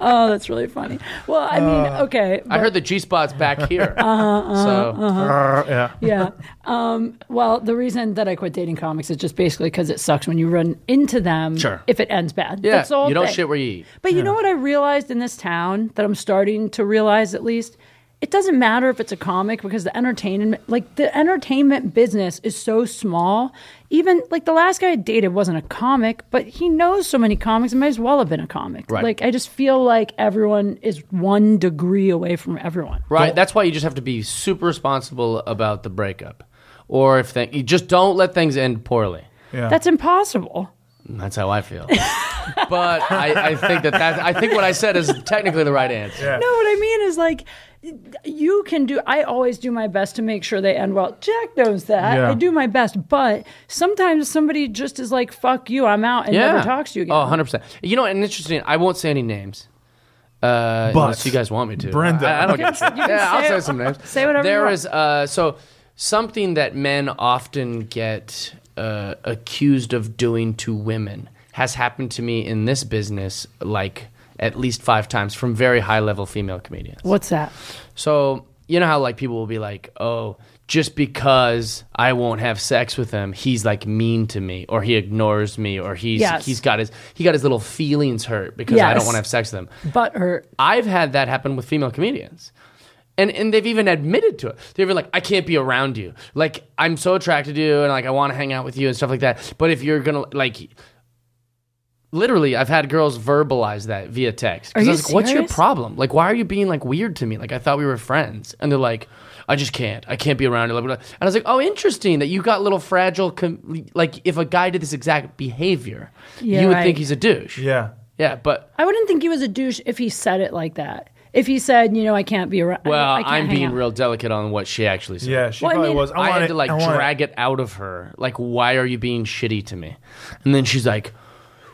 Speaker 1: oh, that's really funny. Well, I mean,
Speaker 2: Uh.
Speaker 1: okay.
Speaker 2: I heard the G spot's back here.
Speaker 1: Uh-huh,
Speaker 2: so
Speaker 3: yeah.
Speaker 1: yeah. Um, well, the reason that I quit dating comics is just basically because it sucks when you run into them.
Speaker 2: Sure.
Speaker 1: If it ends bad.
Speaker 2: yeah,
Speaker 1: That's the whole
Speaker 2: you don't
Speaker 1: thing.
Speaker 2: shit where you eat.
Speaker 1: But you know what I realized in this town that I'm starting to realize at least? It doesn't matter if it's a comic because the entertainment, like the entertainment business is so small. Even like the last guy I dated wasn't a comic, but he knows so many comics. It might as well have been a comic.
Speaker 2: Right.
Speaker 1: Like I just feel like everyone is one degree away from everyone.
Speaker 2: Right. That's why you just have to be super responsible about the breakup, or if th- you just don't let things end poorly.
Speaker 3: Yeah.
Speaker 1: That's impossible.
Speaker 2: That's how I feel. but I, I think that that I think what I said is technically the right answer.
Speaker 3: Yeah.
Speaker 1: No, what I mean is like you can do I always do my best to make sure they end well. Jack knows that.
Speaker 3: Yeah.
Speaker 1: I do my best, but sometimes somebody just is like fuck you, I'm out and never talks to you again.
Speaker 2: Oh, 100%. You know, and interesting, I won't say any names. Uh,
Speaker 3: But-
Speaker 2: unless you guys want me to.
Speaker 3: Brenda.
Speaker 2: I, I don't give a shit.
Speaker 1: can
Speaker 2: Yeah, I'll
Speaker 1: say-
Speaker 2: say some names.
Speaker 1: say whatever you
Speaker 2: There
Speaker 1: want.
Speaker 2: is, uh, so something that men often get uh, accused of doing to women has happened to me in this business like at least five times from very high level female comedians.
Speaker 1: What's that?
Speaker 2: So you know how like people will be like, oh, just because I won't have sex with him, he's like mean to me, or he ignores me, or he's
Speaker 1: Yes.
Speaker 2: he's got his he got his little feelings hurt because I
Speaker 1: Yes.
Speaker 2: don't want to have sex with him.
Speaker 1: Butt hurt.
Speaker 2: I've had that happen with female comedians. And, and they've even admitted to it. They've been like, I can't be around you. Like, I'm so attracted to you and like, I want to hang out with you and stuff like that. But if you're going to, like, literally, I've had girls verbalize that via text. 'Cause
Speaker 1: Are
Speaker 2: I
Speaker 1: you
Speaker 2: was like, what's your
Speaker 1: serious?
Speaker 2: problem? Like, why are you being like weird to me? Like, I thought we were friends. And they're like, I just can't. I can't be around you. And I was like, oh, interesting that you got little fragile. Com- like, if a guy did this exact behavior,
Speaker 1: Yeah,
Speaker 2: you would
Speaker 1: right.
Speaker 2: think he's a douche.
Speaker 3: Yeah.
Speaker 2: Yeah, but
Speaker 1: I wouldn't think he was a douche if he said it like that. If he said, you know, I can't be around.
Speaker 2: Well,
Speaker 1: I can't
Speaker 2: I'm
Speaker 1: hang
Speaker 2: being
Speaker 1: out.
Speaker 2: real delicate on what she actually said.
Speaker 3: Yeah, she
Speaker 1: Well, I
Speaker 3: probably
Speaker 1: mean,
Speaker 3: was. I,
Speaker 2: I,
Speaker 3: want
Speaker 2: had
Speaker 3: it,
Speaker 2: to like
Speaker 3: I want it.
Speaker 2: drag it out of her. Like, why are you being shitty to me? And then she's like,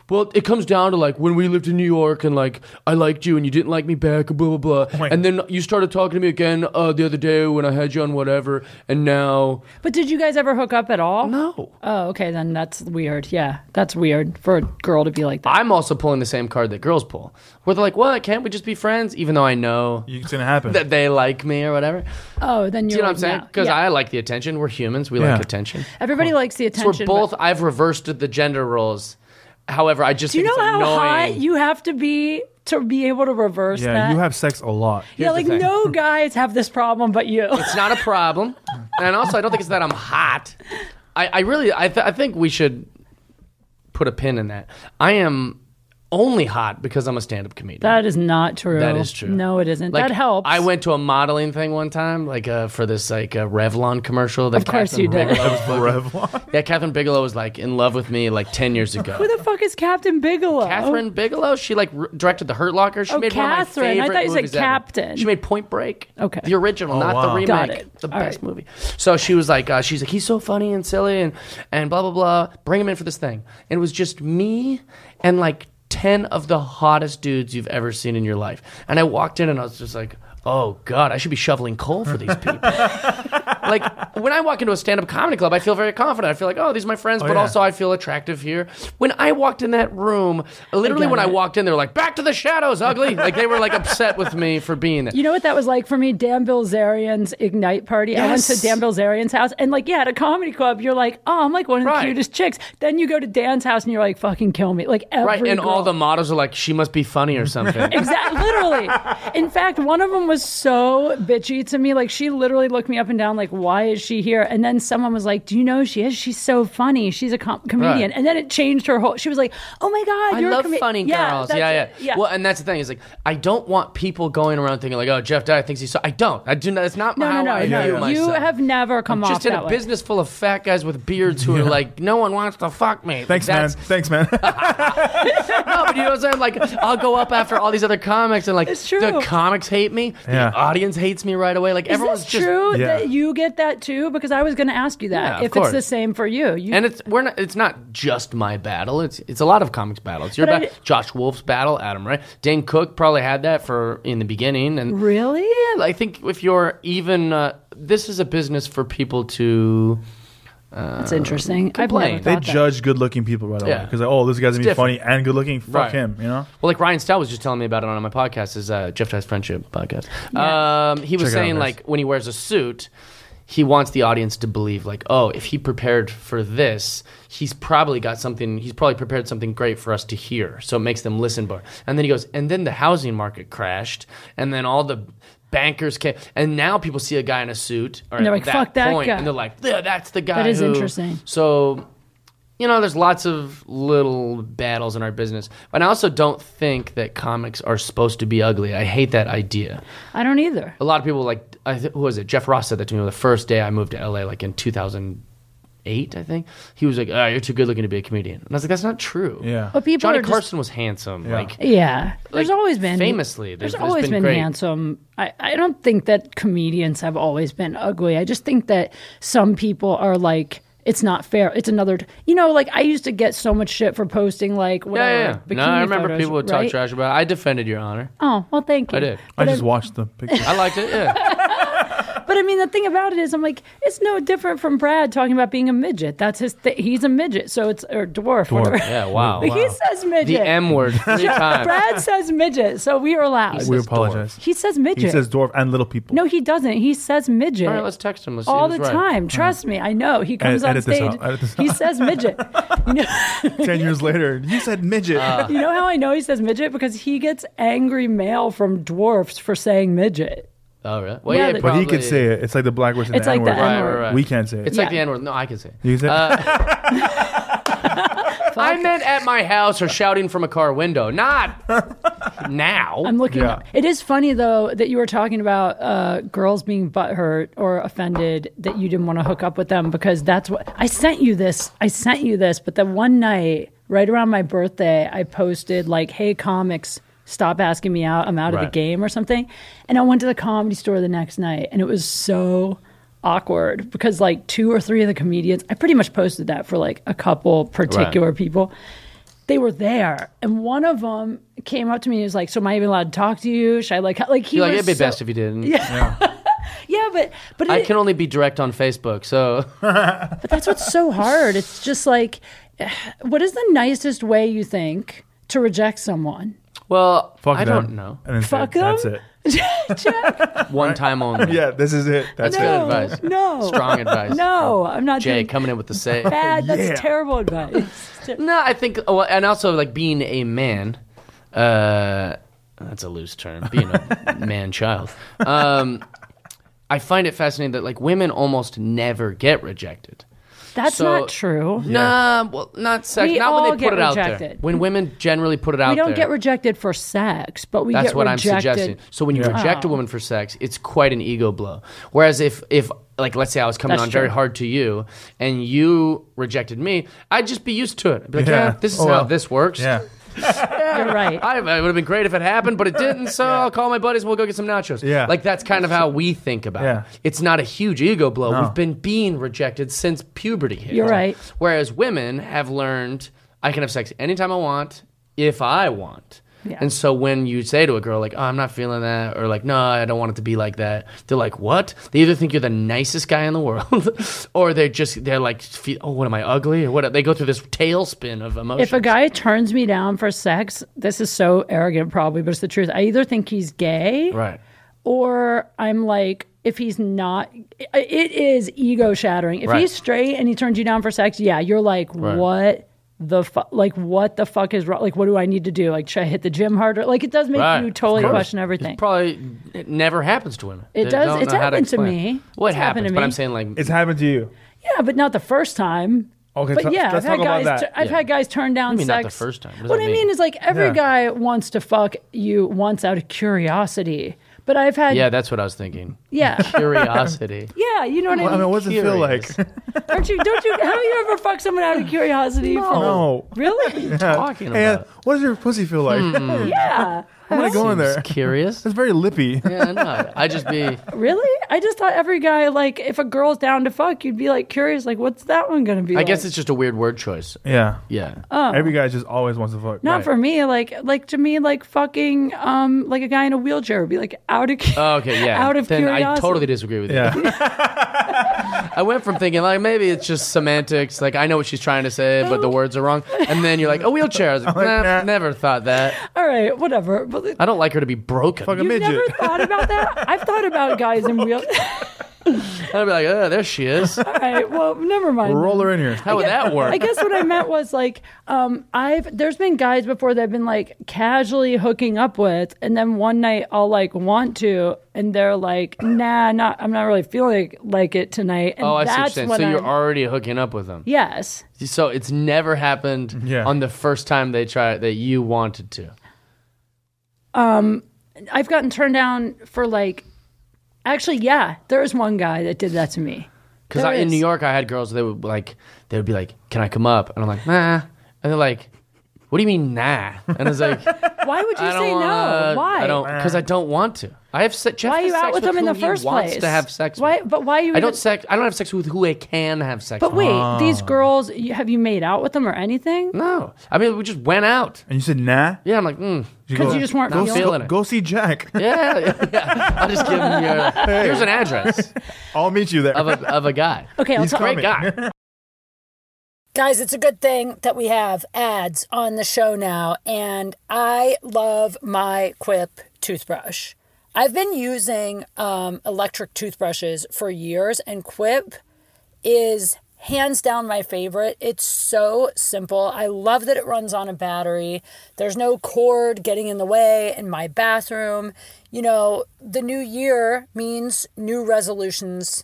Speaker 2: well, it comes down to like when we lived in New York and like I liked you and you didn't like me back, blah, blah, blah.
Speaker 3: Wait.
Speaker 2: And then you started talking to me again uh, the other day when I had you on whatever. And now,
Speaker 1: But did you guys ever hook up at all?
Speaker 2: no.
Speaker 1: Oh, okay, then that's weird. Yeah, that's weird for a girl to be like that.
Speaker 2: I'm also pulling the same card that girls pull, where they're like, what? Can't we just be friends? Even though I know
Speaker 3: It's gonna happen.
Speaker 2: that they like me or whatever.
Speaker 1: Oh, then
Speaker 2: Do
Speaker 1: you're.
Speaker 2: you know
Speaker 1: like,
Speaker 2: what I'm saying?
Speaker 1: no.
Speaker 2: Because
Speaker 1: Yeah.
Speaker 2: I like the attention. We're humans, we
Speaker 3: Yeah.
Speaker 2: like attention.
Speaker 1: everybody likes the
Speaker 2: So
Speaker 1: attention. but-
Speaker 2: we're both. I've reversed the gender roles. However, I just
Speaker 1: Do you
Speaker 2: think
Speaker 1: know
Speaker 2: it's
Speaker 1: how
Speaker 2: annoying.
Speaker 1: hot you have to be to be able to reverse
Speaker 3: yeah,
Speaker 1: that?
Speaker 3: you have sex a lot.
Speaker 1: yeah,
Speaker 2: Here's the
Speaker 1: like
Speaker 2: thing.
Speaker 1: no guys have this problem, but you.
Speaker 2: it's not a problem, and also I don't think it's that I'm hot. I, I really, I, th- I think we should put a pin in that. I am only hot because I'm a stand-up comedian.
Speaker 1: That is not true.
Speaker 2: That is true.
Speaker 1: No, it isn't.
Speaker 2: Like,
Speaker 1: that helps.
Speaker 2: I went to a modeling thing one time, like uh, for this like uh, Revlon commercial. That of
Speaker 1: course
Speaker 2: Catherine
Speaker 1: you did.
Speaker 2: Bigelow was booking.
Speaker 3: Revlon.
Speaker 2: Yeah, Catherine Bigelow was like in love with me like ten years ago.
Speaker 1: Who the fuck is Captain Bigelow?
Speaker 2: Catherine Bigelow. She like r directed The Hurt Locker. She
Speaker 1: Oh,
Speaker 2: made one of my
Speaker 1: Catherine. I
Speaker 2: favorite
Speaker 1: thought you said
Speaker 2: movies ever.
Speaker 1: Captain.
Speaker 2: She made Point Break.
Speaker 1: Okay.
Speaker 2: the original, not
Speaker 3: Oh, wow.
Speaker 2: the remake.
Speaker 1: Got it.
Speaker 2: The
Speaker 1: All
Speaker 2: best
Speaker 1: right.
Speaker 2: movie. So she was like, uh, she's like, he's so funny and silly and and blah blah blah. Bring him in for this thing. And it was just me and like ten of the hottest dudes you've ever seen in your life. And I walked in and I was just like. Oh God! I should be shoveling coal for these people. like when I walk into a stand-up comedy club, I feel very confident. I feel like, oh, these are my friends, but
Speaker 3: yeah.
Speaker 2: also I feel attractive here. When I walked in that room, literally
Speaker 1: get
Speaker 2: when I
Speaker 1: it.
Speaker 2: walked in, they were like, "Back to the shadows, ugly!" like they were like upset with me for being there.
Speaker 1: You know what that was like for me? Dan Bilzerian's Ignite party. I went to
Speaker 2: Yes.
Speaker 1: Dan Bilzerian's house and like, yeah, at a comedy club, you're like, oh, I'm like one of the
Speaker 2: Right.
Speaker 1: cutest chicks. Then you go to Dan's house and you're like, fucking kill me. Like every
Speaker 2: right, and all
Speaker 1: girl-
Speaker 2: the models are like, "She must be funny or something."
Speaker 1: Exactly. Literally. In fact, one of them was so bitchy to me. Like, she literally looked me up and down, like, why is she here? And then someone was like, Do you know who she is? She's so funny. She's a com- comedian.
Speaker 2: Right.
Speaker 1: And then it changed her whole. She was like, Oh my God.
Speaker 2: I
Speaker 1: you're
Speaker 2: love
Speaker 1: a comed-"
Speaker 2: funny
Speaker 1: Yeah,
Speaker 2: girls. Yeah,
Speaker 1: that's
Speaker 2: yeah,
Speaker 1: it.
Speaker 2: Well, and that's the thing is like, I don't want people going around thinking like, "Oh, Jeff Dyer thinks he's so." I don't. I do not. It's not
Speaker 1: no,
Speaker 2: how
Speaker 1: no, no.
Speaker 2: I
Speaker 1: no.
Speaker 2: view
Speaker 1: You
Speaker 2: myself.
Speaker 1: have never come off
Speaker 2: just in
Speaker 1: that
Speaker 2: a
Speaker 1: way.
Speaker 2: business full of fat guys with beards who are like, "No one wants to fuck me."
Speaker 3: Thanks,
Speaker 2: That's-
Speaker 3: man. Thanks, man.
Speaker 2: No, but you know what I'm saying? Like, I'll go up after all these other comics, and like,
Speaker 1: It's true.
Speaker 2: the comics hate me. The
Speaker 3: Yeah.
Speaker 2: audience hates me right away. Like,
Speaker 1: Is
Speaker 2: everyone's
Speaker 1: this
Speaker 2: just.
Speaker 1: true
Speaker 3: Yeah.
Speaker 1: that you get that too? Because I was going to ask you that
Speaker 2: Yeah, of
Speaker 1: if it's the
Speaker 2: course.
Speaker 1: same for you. you
Speaker 2: And it's we're not. It's not just my battle. It's it's a lot of comics battles. Your
Speaker 1: But I
Speaker 2: ba-
Speaker 1: di-
Speaker 2: Josh Wolf's battle, Adam, right? Dane Cook probably had that for in the beginning, and
Speaker 1: really?
Speaker 2: yeah, I think if you're even, uh, this is a business for people to.
Speaker 1: That's interesting. I've
Speaker 2: Uh, complain.
Speaker 1: never
Speaker 3: they
Speaker 1: thought that.
Speaker 3: judge good-looking people right away
Speaker 2: Yeah.
Speaker 3: because oh, this guy's gonna be
Speaker 2: different.
Speaker 3: funny and good-looking. Fuck
Speaker 2: Right.
Speaker 3: him, you know.
Speaker 2: Well, like Ryan Stout was just telling me about it on my podcast, is uh, Jeff Dye's Friendship podcast. Um, he was
Speaker 3: Check it out,
Speaker 2: saying
Speaker 3: guys.
Speaker 2: like when he wears a suit, he wants the audience to believe like, oh, if he prepared for this, he's probably got something. He's probably prepared something great for us to hear, so it makes them listen more. And then he goes, and then the housing market crashed, and then all the bankers came, and now people see a guy in a suit, or
Speaker 1: And they're like,
Speaker 2: at
Speaker 1: "Fuck that
Speaker 2: point,
Speaker 1: guy."
Speaker 2: and they're like, yeah, that's the guy.
Speaker 1: That is
Speaker 2: who-"
Speaker 1: interesting.
Speaker 2: So you know, there's lots of little battles in our business. But I also don't think that comics are supposed to be ugly. I hate that idea.
Speaker 1: I don't either.
Speaker 2: A lot of people like, I th- who was it? Jeff Ross said that to me the first day I moved to LA, like in 2008 eight, I think. He was like, "Ah, you're too good looking to be a comedian," and I was like, "That's not true."
Speaker 3: Yeah.
Speaker 1: But people
Speaker 2: Johnny
Speaker 1: are just-
Speaker 2: Carson was handsome.
Speaker 3: Yeah.
Speaker 2: Like,
Speaker 1: Yeah, there's
Speaker 2: Like,
Speaker 1: always been
Speaker 2: famously,
Speaker 1: There's,
Speaker 2: there's- there's
Speaker 1: always
Speaker 2: been
Speaker 1: been,
Speaker 2: great-
Speaker 1: handsome. I, I don't think that comedians have always been ugly. I just think that some people are like it's not fair. It's another, t-. you know, like I used to get so much shit for posting like whatever.
Speaker 2: yeah, yeah. No,
Speaker 1: bikini
Speaker 2: I remember
Speaker 1: photos,
Speaker 2: people would talk
Speaker 1: right?
Speaker 2: trash about. It. I defended your honor.
Speaker 1: Oh well, thank you.
Speaker 2: I did.
Speaker 3: I
Speaker 1: But
Speaker 3: just watched the picture.
Speaker 2: I liked it. Yeah.
Speaker 1: But I mean, the thing about it is, I'm like, it's no different from Brad talking about being a midget. That's his. Th- he's a midget, so it's or dwarf. whatever.
Speaker 2: Yeah. Wow.
Speaker 1: Like, He says midget.
Speaker 2: The M word three times.
Speaker 1: Brad says midget, so we are allowed.
Speaker 2: says
Speaker 3: we
Speaker 2: dwarf.
Speaker 3: apologize.
Speaker 1: He says midget.
Speaker 3: He says dwarf and little people.
Speaker 1: No, he doesn't. He says midget
Speaker 2: All right, let's text him. Let's see
Speaker 1: all
Speaker 2: if
Speaker 1: the
Speaker 2: he's right.
Speaker 1: time. Trust me, I know. He comes
Speaker 3: edit
Speaker 1: on
Speaker 3: this
Speaker 1: stage.
Speaker 3: out. Edit this
Speaker 1: he
Speaker 3: out.
Speaker 1: says midget. you, know,
Speaker 3: Ten years later, you said midget.
Speaker 2: Ah,
Speaker 1: you know how I know he says midget because he gets angry mail from dwarfs for saying midget.
Speaker 2: Oh, really? Well,
Speaker 1: Yeah,
Speaker 2: yeah,
Speaker 1: but-
Speaker 3: but
Speaker 2: probably,
Speaker 3: he could say it. It's like the black words and
Speaker 1: It's
Speaker 3: the
Speaker 1: like the
Speaker 3: N-word.
Speaker 1: N-word.
Speaker 2: Right, right, right.
Speaker 3: We can't say it.
Speaker 2: It's Uh, like
Speaker 1: Yeah.
Speaker 2: the N word. No, I can say it.
Speaker 3: You can say it?
Speaker 2: I meant at my house or shouting from a car window, not now.
Speaker 1: I'm looking.
Speaker 3: Yeah.
Speaker 1: Up. It is funny though that you were talking about uh, girls being butthurt or offended that you didn't want to hook up with them because that's what I sent you this. I sent you this, but then one night, right around my birthday, I posted like, "Hey, comics." Stop asking me out. I'm out of
Speaker 2: Right.
Speaker 1: the game or something. And I went to the comedy store the next night and it was so awkward because like two or three of the comedians, I pretty much posted that for like a couple particular people they were there, and one of them came up to me and was like, "So am I even allowed to talk to you? Should I like like he
Speaker 2: You're like,
Speaker 1: was
Speaker 2: it'd be
Speaker 1: so-
Speaker 2: best if you didn't.
Speaker 1: yeah, but but,
Speaker 2: I
Speaker 1: it,
Speaker 2: can only be direct on Facebook, so
Speaker 1: but that's what's so hard. It's just like, what is the nicest way you think to reject someone?
Speaker 2: well,
Speaker 3: Fuck
Speaker 2: I
Speaker 3: them.
Speaker 2: don't know.
Speaker 3: And then say,
Speaker 1: Fuck 'em.
Speaker 3: That's it.
Speaker 1: Jack,
Speaker 2: One time only.
Speaker 3: Yeah, this is it. That's
Speaker 2: Good
Speaker 1: no,
Speaker 3: it.
Speaker 2: advice.
Speaker 1: no,
Speaker 2: Strong advice.
Speaker 1: no, I'm not
Speaker 2: Jay
Speaker 1: doing
Speaker 2: coming in with the say.
Speaker 1: bad. That's
Speaker 3: Yeah.
Speaker 1: terrible advice.
Speaker 2: No, I think, well, and also like being a man. Uh, that's a loose term. Being a man child. Um, I find it fascinating that like women almost never get rejected.
Speaker 1: That's
Speaker 2: So-
Speaker 1: not true.
Speaker 2: Nah, well, not sex.
Speaker 1: We
Speaker 2: not
Speaker 1: all
Speaker 2: when they put
Speaker 1: get
Speaker 2: it out there.
Speaker 1: rejected.
Speaker 2: When women generally put it out
Speaker 1: We don't
Speaker 2: there,
Speaker 1: get rejected for sex, but we
Speaker 2: that's
Speaker 1: get
Speaker 2: what
Speaker 1: rejected.
Speaker 2: I'm suggesting. So when you reject a woman for sex, it's quite an ego blow. Whereas if if like let's say I was coming
Speaker 1: That's
Speaker 2: on very
Speaker 1: true.
Speaker 2: hard to you and you rejected me, I'd just be used to it. I'd be like, yeah,
Speaker 3: Yeah.
Speaker 2: this is
Speaker 3: Oh,
Speaker 2: how
Speaker 3: well.
Speaker 2: this works.
Speaker 3: Yeah.
Speaker 1: You're right.
Speaker 2: I, it would have been great if it happened, but it didn't. So I'll call my buddies. and We'll go get some nachos.
Speaker 3: Yeah.
Speaker 2: like that's kind of how we think about
Speaker 3: Yeah.
Speaker 2: it. It's not a huge ego blow. We've been being rejected since puberty. Hit.
Speaker 1: You're right.
Speaker 2: Whereas women have learned I can have sex anytime I want if I want.
Speaker 1: Yeah.
Speaker 2: And so when you say to a girl like, "Oh, I'm not feeling that," or like, "No, I don't want it to be like that," they're like, "What?" They either think you're the nicest guy in the world, or they're just they're like, fe- "Oh, what am I ugly?" Or what? They go through this tailspin of emotion.
Speaker 1: If a guy turns me down for sex, this is so arrogant, probably, but it's the truth. I either think he's gay,
Speaker 2: right.
Speaker 1: or I'm like, if he's not, it- it is ego shattering. If
Speaker 2: Right.
Speaker 1: he's straight and he turns you down for sex, yeah, you're like, what the fuck? Like, what the fuck is wrong? Like, what do I need to do? Like, should I hit the gym harder? Like, it does make
Speaker 2: Right,
Speaker 1: you
Speaker 2: of
Speaker 1: totally
Speaker 2: course.
Speaker 1: question
Speaker 2: It
Speaker 1: everything.
Speaker 2: probably it never happens to women.
Speaker 1: It
Speaker 2: They
Speaker 1: does-
Speaker 2: don't
Speaker 1: it's
Speaker 2: know how
Speaker 1: happened to
Speaker 2: explain
Speaker 1: me. It's
Speaker 2: Well, it
Speaker 1: happened
Speaker 2: happens,
Speaker 1: to
Speaker 2: but
Speaker 1: me.
Speaker 2: I'm saying like
Speaker 3: It's happened to you.
Speaker 1: yeah, but not the first time.
Speaker 3: Okay,
Speaker 1: but
Speaker 3: t-
Speaker 1: yeah, I've
Speaker 3: let's
Speaker 1: had
Speaker 3: talk about
Speaker 1: guys.
Speaker 3: that.
Speaker 1: tu- I've had guys turn down
Speaker 2: mean not
Speaker 1: sex.
Speaker 2: the first time? What does
Speaker 1: What,
Speaker 2: that
Speaker 1: I
Speaker 2: mean?
Speaker 1: mean is like every
Speaker 3: Yeah.
Speaker 1: guy wants to fuck you once out of curiosity. But I've had
Speaker 2: yeah, that's what I was thinking.
Speaker 1: yeah.
Speaker 2: Curiosity.
Speaker 1: Yeah, you know what
Speaker 3: I
Speaker 1: I
Speaker 3: mean,
Speaker 1: mean.
Speaker 3: what does it feel like?
Speaker 2: Curious.
Speaker 1: Aren't you? Don't you? Have you ever fucked someone out of curiosity? for-
Speaker 3: No.
Speaker 1: Really?
Speaker 2: Talking
Speaker 3: Hey,
Speaker 2: about. Hmm.
Speaker 3: what does your pussy feel like?
Speaker 1: Yeah.
Speaker 3: I'm gonna go in
Speaker 2: Seems
Speaker 3: there.
Speaker 2: Curious.
Speaker 3: It's very lippy.
Speaker 2: yeah, no, I just be.
Speaker 1: Really? I just thought every guy, like, if a girl's down to fuck, you'd be like curious, like, what's that one gonna be?
Speaker 2: I guess
Speaker 1: like?
Speaker 2: it's just a weird word choice.
Speaker 3: Yeah.
Speaker 2: Yeah.
Speaker 1: Oh,
Speaker 3: Every guy just always wants to fuck.
Speaker 1: not
Speaker 2: right.
Speaker 1: for me. Like, like to me, like fucking, um, like a guy in a wheelchair would be like out of.
Speaker 2: Oh, okay. Yeah.
Speaker 1: Out of
Speaker 2: then
Speaker 1: curiosity.
Speaker 2: I totally disagree with you.
Speaker 3: Yeah.
Speaker 2: I went from thinking like maybe it's just semantics, like I know what she's trying to say, but the words are wrong, and then you're like a wheelchair. I was like, nah,
Speaker 3: nah.
Speaker 2: never thought that.
Speaker 1: All right, whatever. But
Speaker 2: I don't like her to be broken.
Speaker 3: Fuck a
Speaker 1: you
Speaker 3: midget.
Speaker 1: never thought about that. I've thought about guys in wheel.
Speaker 2: I'd be like, oh, there she is.
Speaker 1: All right. Well, never mind.
Speaker 3: Roll her in here.
Speaker 2: How would that work?
Speaker 1: I guess what I meant was like, um, I've there's been guys before that I've been like casually hooking up with, and then one night I'll like want to, and they're like, nah, not I'm not really feeling like it tonight. And
Speaker 2: Oh, I see what you're
Speaker 1: that's
Speaker 2: saying. So
Speaker 1: when
Speaker 2: you're
Speaker 1: I'm-
Speaker 2: already hooking up with them.
Speaker 1: yes,
Speaker 2: So it's never happened
Speaker 3: Yeah.
Speaker 2: on the first time they try that you wanted to.
Speaker 1: I've gotten turned down for like, actually, yeah, there was one guy that did that to me.
Speaker 2: Because
Speaker 1: There
Speaker 2: in
Speaker 1: is.
Speaker 2: New York, I had girls that would like, they would be like, "Can I come up?" And I'm like, "Nah," and they're like, "What do you mean, nah?" And I was like,
Speaker 1: Why would you
Speaker 2: I
Speaker 1: say
Speaker 2: don't wanna-
Speaker 1: no? Why?
Speaker 2: I don't because I don't want to. I have se- Jeff
Speaker 1: Why are
Speaker 2: has
Speaker 1: you out
Speaker 2: sex
Speaker 1: with them in
Speaker 2: who
Speaker 1: the
Speaker 2: he
Speaker 1: first
Speaker 2: wants
Speaker 1: place?
Speaker 2: to have sex.
Speaker 1: Why?
Speaker 2: With.
Speaker 1: But why are you?
Speaker 2: I don't Ah.
Speaker 1: even-
Speaker 2: sex. I don't have sex with who I can have sex.
Speaker 1: But
Speaker 2: with.
Speaker 1: wait, these girls, you, have you made out with them or anything?
Speaker 2: no. I mean, we just went out.
Speaker 3: And you said nah.
Speaker 2: Yeah, I'm like, mm.
Speaker 3: You
Speaker 1: Because
Speaker 3: go-
Speaker 1: you just weren't
Speaker 2: Not
Speaker 3: go,
Speaker 1: feeling.
Speaker 2: feeling-
Speaker 1: it.
Speaker 2: it.
Speaker 3: go, go see Jack.
Speaker 2: yeah, yeah, yeah. I'll just give him your. Here's an address
Speaker 3: I'll meet you there.
Speaker 2: of a of a guy.
Speaker 1: Okay, I'll
Speaker 3: He's
Speaker 1: tell.
Speaker 3: coming.
Speaker 2: Great guy.
Speaker 1: Guys, it's a good thing that we have ads on the show now, and I love my Quip toothbrush. I've been using um, electric toothbrushes for years, and Quip is hands down my favorite. It's so simple. I love that it runs on a battery. There's no cord getting in the way in my bathroom. You know, the new year means new resolutions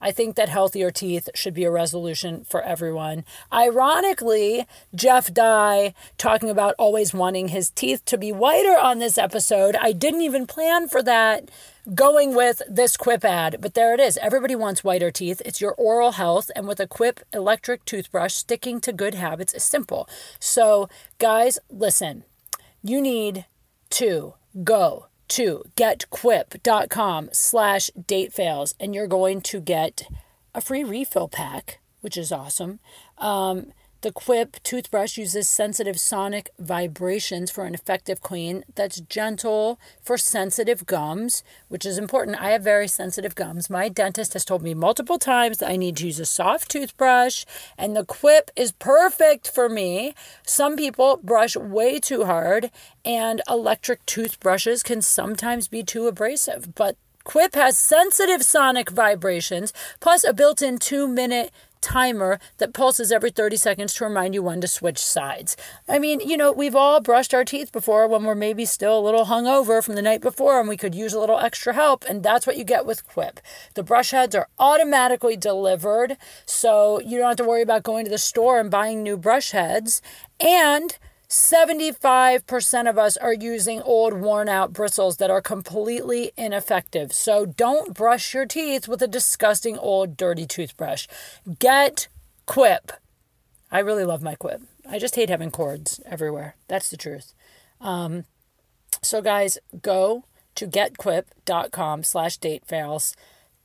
Speaker 1: I think that healthier teeth should be a resolution for everyone. Ironically, Jeff Dye talking about always wanting his teeth to be whiter on this episode. I didn't even plan for that going with this Quip ad, but there it is. Everybody wants whiter teeth. It's your oral health, and with a Quip electric toothbrush, sticking to good habits is simple. So, guys, listen you need to go to getquip.com slash datefails and you're going to get a free refill pack which is awesome um, the quip toothbrush uses sensitive sonic vibrations for an effective clean that's gentle for sensitive gums which is important i have very sensitive gums my dentist has told me multiple times that i need to use a soft toothbrush and the quip is perfect for me some people brush way too hard, and electric toothbrushes can sometimes be too abrasive. But Quip has sensitive sonic vibrations, plus a built in two minute timer that pulses every 30 seconds to remind you when to switch sides. I mean, you know, we've all brushed our teeth before when we're maybe still a little hungover from the night before and we could use a little extra help, and that's what you get with Quip. The brush heads are automatically delivered, so you don't have to worry about going to the store and buying new brush heads. And 75% of us are using old, worn out bristles that are completely ineffective. So don't brush your teeth with a disgusting, old, dirty toothbrush. Get Quip. I really love my Quip. I just hate having cords everywhere. That's the truth. Um, so, guys, go to getquip.com slash datefails.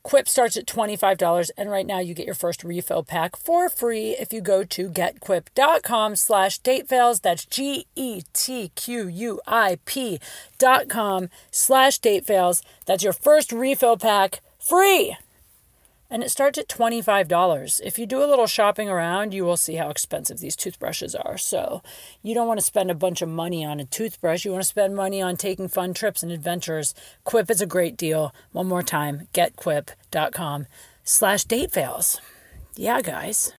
Speaker 1: Quip starts at $25, and right now you get your first refill pack for free if you go to getquip.com slash datefails. That's E G-E-T-Q-U-I-P dot com slash datefails. That's your first refill pack free. And it starts at $25. If you do a little shopping around, you will see how expensive these toothbrushes are. So you don't want to spend a bunch of money on a toothbrush. You want to spend money on taking fun trips and adventures. Quip is a great deal. One more time, getquip.com slash datefails. Yeah, guys.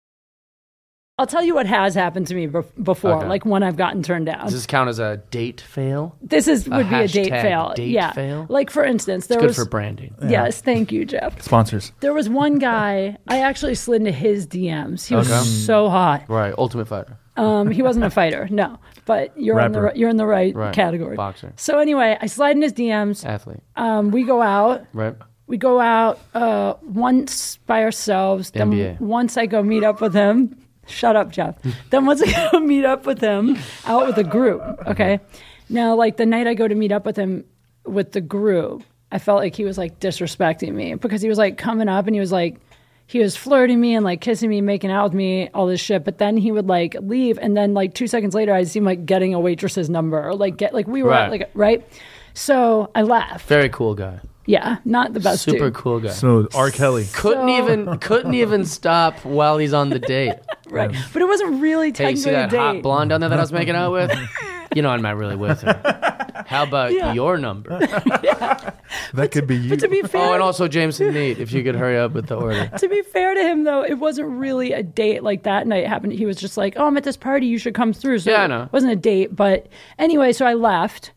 Speaker 1: I'll tell you what has happened to me bef- before,
Speaker 2: Okay.
Speaker 1: like when I've gotten turned down.
Speaker 2: Does this count as a date fail?
Speaker 1: this is would be a date
Speaker 2: hashtag
Speaker 1: fail.
Speaker 2: date
Speaker 1: yeah.
Speaker 2: fail?
Speaker 1: Like for instance, there
Speaker 2: Good
Speaker 1: was
Speaker 2: for branding.
Speaker 1: Yes, thank you, Jeff.
Speaker 3: Sponsors.
Speaker 1: There was one guy I actually slid into his DMs. He was
Speaker 2: Okay.
Speaker 1: so hot.
Speaker 2: Right, Ultimate Fighter.
Speaker 1: Um, he wasn't a fighter, no, but you're in the
Speaker 3: Rapper.
Speaker 1: ri- you're in the right,
Speaker 2: Right.
Speaker 1: category.
Speaker 2: Boxer.
Speaker 1: So anyway, I slide in his DMs.
Speaker 2: Athlete.
Speaker 1: Um, we go out.
Speaker 2: Right.
Speaker 1: We go out uh, once by ourselves. Then
Speaker 2: NBA.
Speaker 1: once I go meet up with him. Shut up, Jeff. then once I go meet up with him out with a group. Okay. Now, like the night I go to meet up with him with the group, I felt like he was like disrespecting me because he was like coming up and he was like, he was flirting me and like kissing me, making out with me, all this shit. But then he would like leave, and then like two seconds later, I'd see him like getting a waitress's number or like get like we were at
Speaker 2: Right.
Speaker 1: like right. So I left.
Speaker 2: Very cool guy.
Speaker 1: Yeah, not the best.
Speaker 2: Super
Speaker 1: dude.
Speaker 2: cool guy.
Speaker 3: Smooth. R. Kelly.
Speaker 2: Couldn't even couldn't even stop while he's on the date.
Speaker 1: Right. But it wasn't really
Speaker 2: Hey, you
Speaker 1: technically
Speaker 2: see
Speaker 1: a
Speaker 2: that hot
Speaker 1: date.
Speaker 2: blonde down there that I was making out with? You know I'm not really with her. How about
Speaker 1: Yeah.
Speaker 2: your number?
Speaker 3: That could be you.
Speaker 1: But to be fair,
Speaker 2: Oh, and also Jameson Neat, if you could hurry up with the order.
Speaker 1: to be fair to him though, it wasn't really a date like that night happened. He was just like, "Oh, I'm at this party. You should come through." So
Speaker 2: Yeah, I
Speaker 1: it
Speaker 2: know.
Speaker 1: wasn't a date, but anyway, so I left.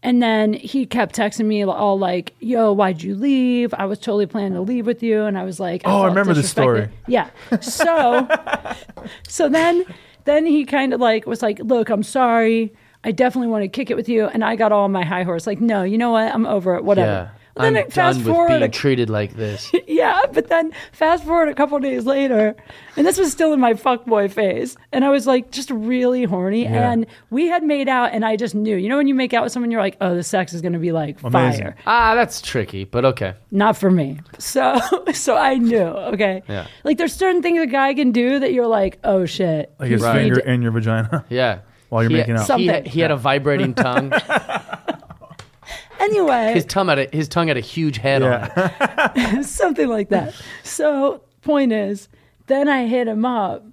Speaker 1: And then he kept texting me all like, "Yo, why'd you leave? I was totally planning to leave with you." And I was like,
Speaker 3: Oh, I
Speaker 1: felt
Speaker 3: remember this
Speaker 1: disrespected.
Speaker 3: story.
Speaker 1: Yeah. So so then then he kind of like was like, "Look, I'm sorry. I definitely want to kick it with you." And I got all on my high horse like, "No, you know what? I'm over it. Whatever."
Speaker 2: Yeah. I'm
Speaker 1: it fast
Speaker 2: done with
Speaker 1: forward
Speaker 2: being
Speaker 1: a-
Speaker 2: treated like this.
Speaker 1: yeah, but then fast forward a couple days later, and this was still in my fuckboy phase, and I was like just really horny,
Speaker 2: Yeah.
Speaker 1: and we had made out, and I just knew. You know when you make out with someone, you're like, oh, the sex is gonna be like
Speaker 3: Amazing.
Speaker 1: fire.
Speaker 2: Ah, that's tricky, but okay.
Speaker 1: Not for me. So, so I knew. Okay.
Speaker 2: Yeah.
Speaker 1: Like there's certain things a guy can do that you're like, oh shit.
Speaker 3: Like his
Speaker 2: Right.
Speaker 3: finger in your vagina.
Speaker 2: Yeah.
Speaker 3: While you're
Speaker 2: He-
Speaker 3: making out.
Speaker 2: he,
Speaker 1: Something.
Speaker 2: he had a vibrating tongue.
Speaker 1: Anyway,
Speaker 2: His tongue had a, his tongue had a huge head on it.
Speaker 3: Yeah.
Speaker 1: something like that. So, point is, then I hit him up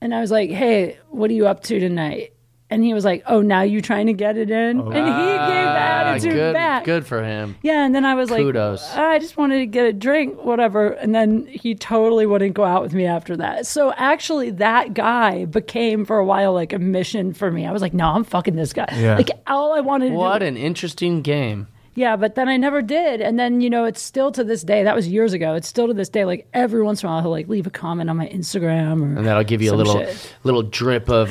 Speaker 1: and I was like, hey, what are you up to tonight? And he was like, oh, now you trying to get it in? and he gave the
Speaker 2: Ah,
Speaker 1: attitude
Speaker 2: good,
Speaker 1: back.
Speaker 2: good for him.
Speaker 1: Yeah, and then I was like, "Ah,
Speaker 2: Kudos.
Speaker 1: I just wanted to get a drink, whatever. And then he totally wouldn't go out with me after that. So actually, that guy became for a while like a mission for me. I was like, no, I'm fucking this guy.
Speaker 3: Yeah.
Speaker 1: Like all I wanted to
Speaker 2: What
Speaker 1: do.
Speaker 2: an interesting game.
Speaker 1: Yeah, but then I never did. And then, you know, it's still to this day, that was years ago. It's still to this day, like every once in a while, he'll like leave a comment on my Instagram or.
Speaker 2: And that'll give you
Speaker 1: Some
Speaker 2: a little
Speaker 1: shit.
Speaker 2: little drip of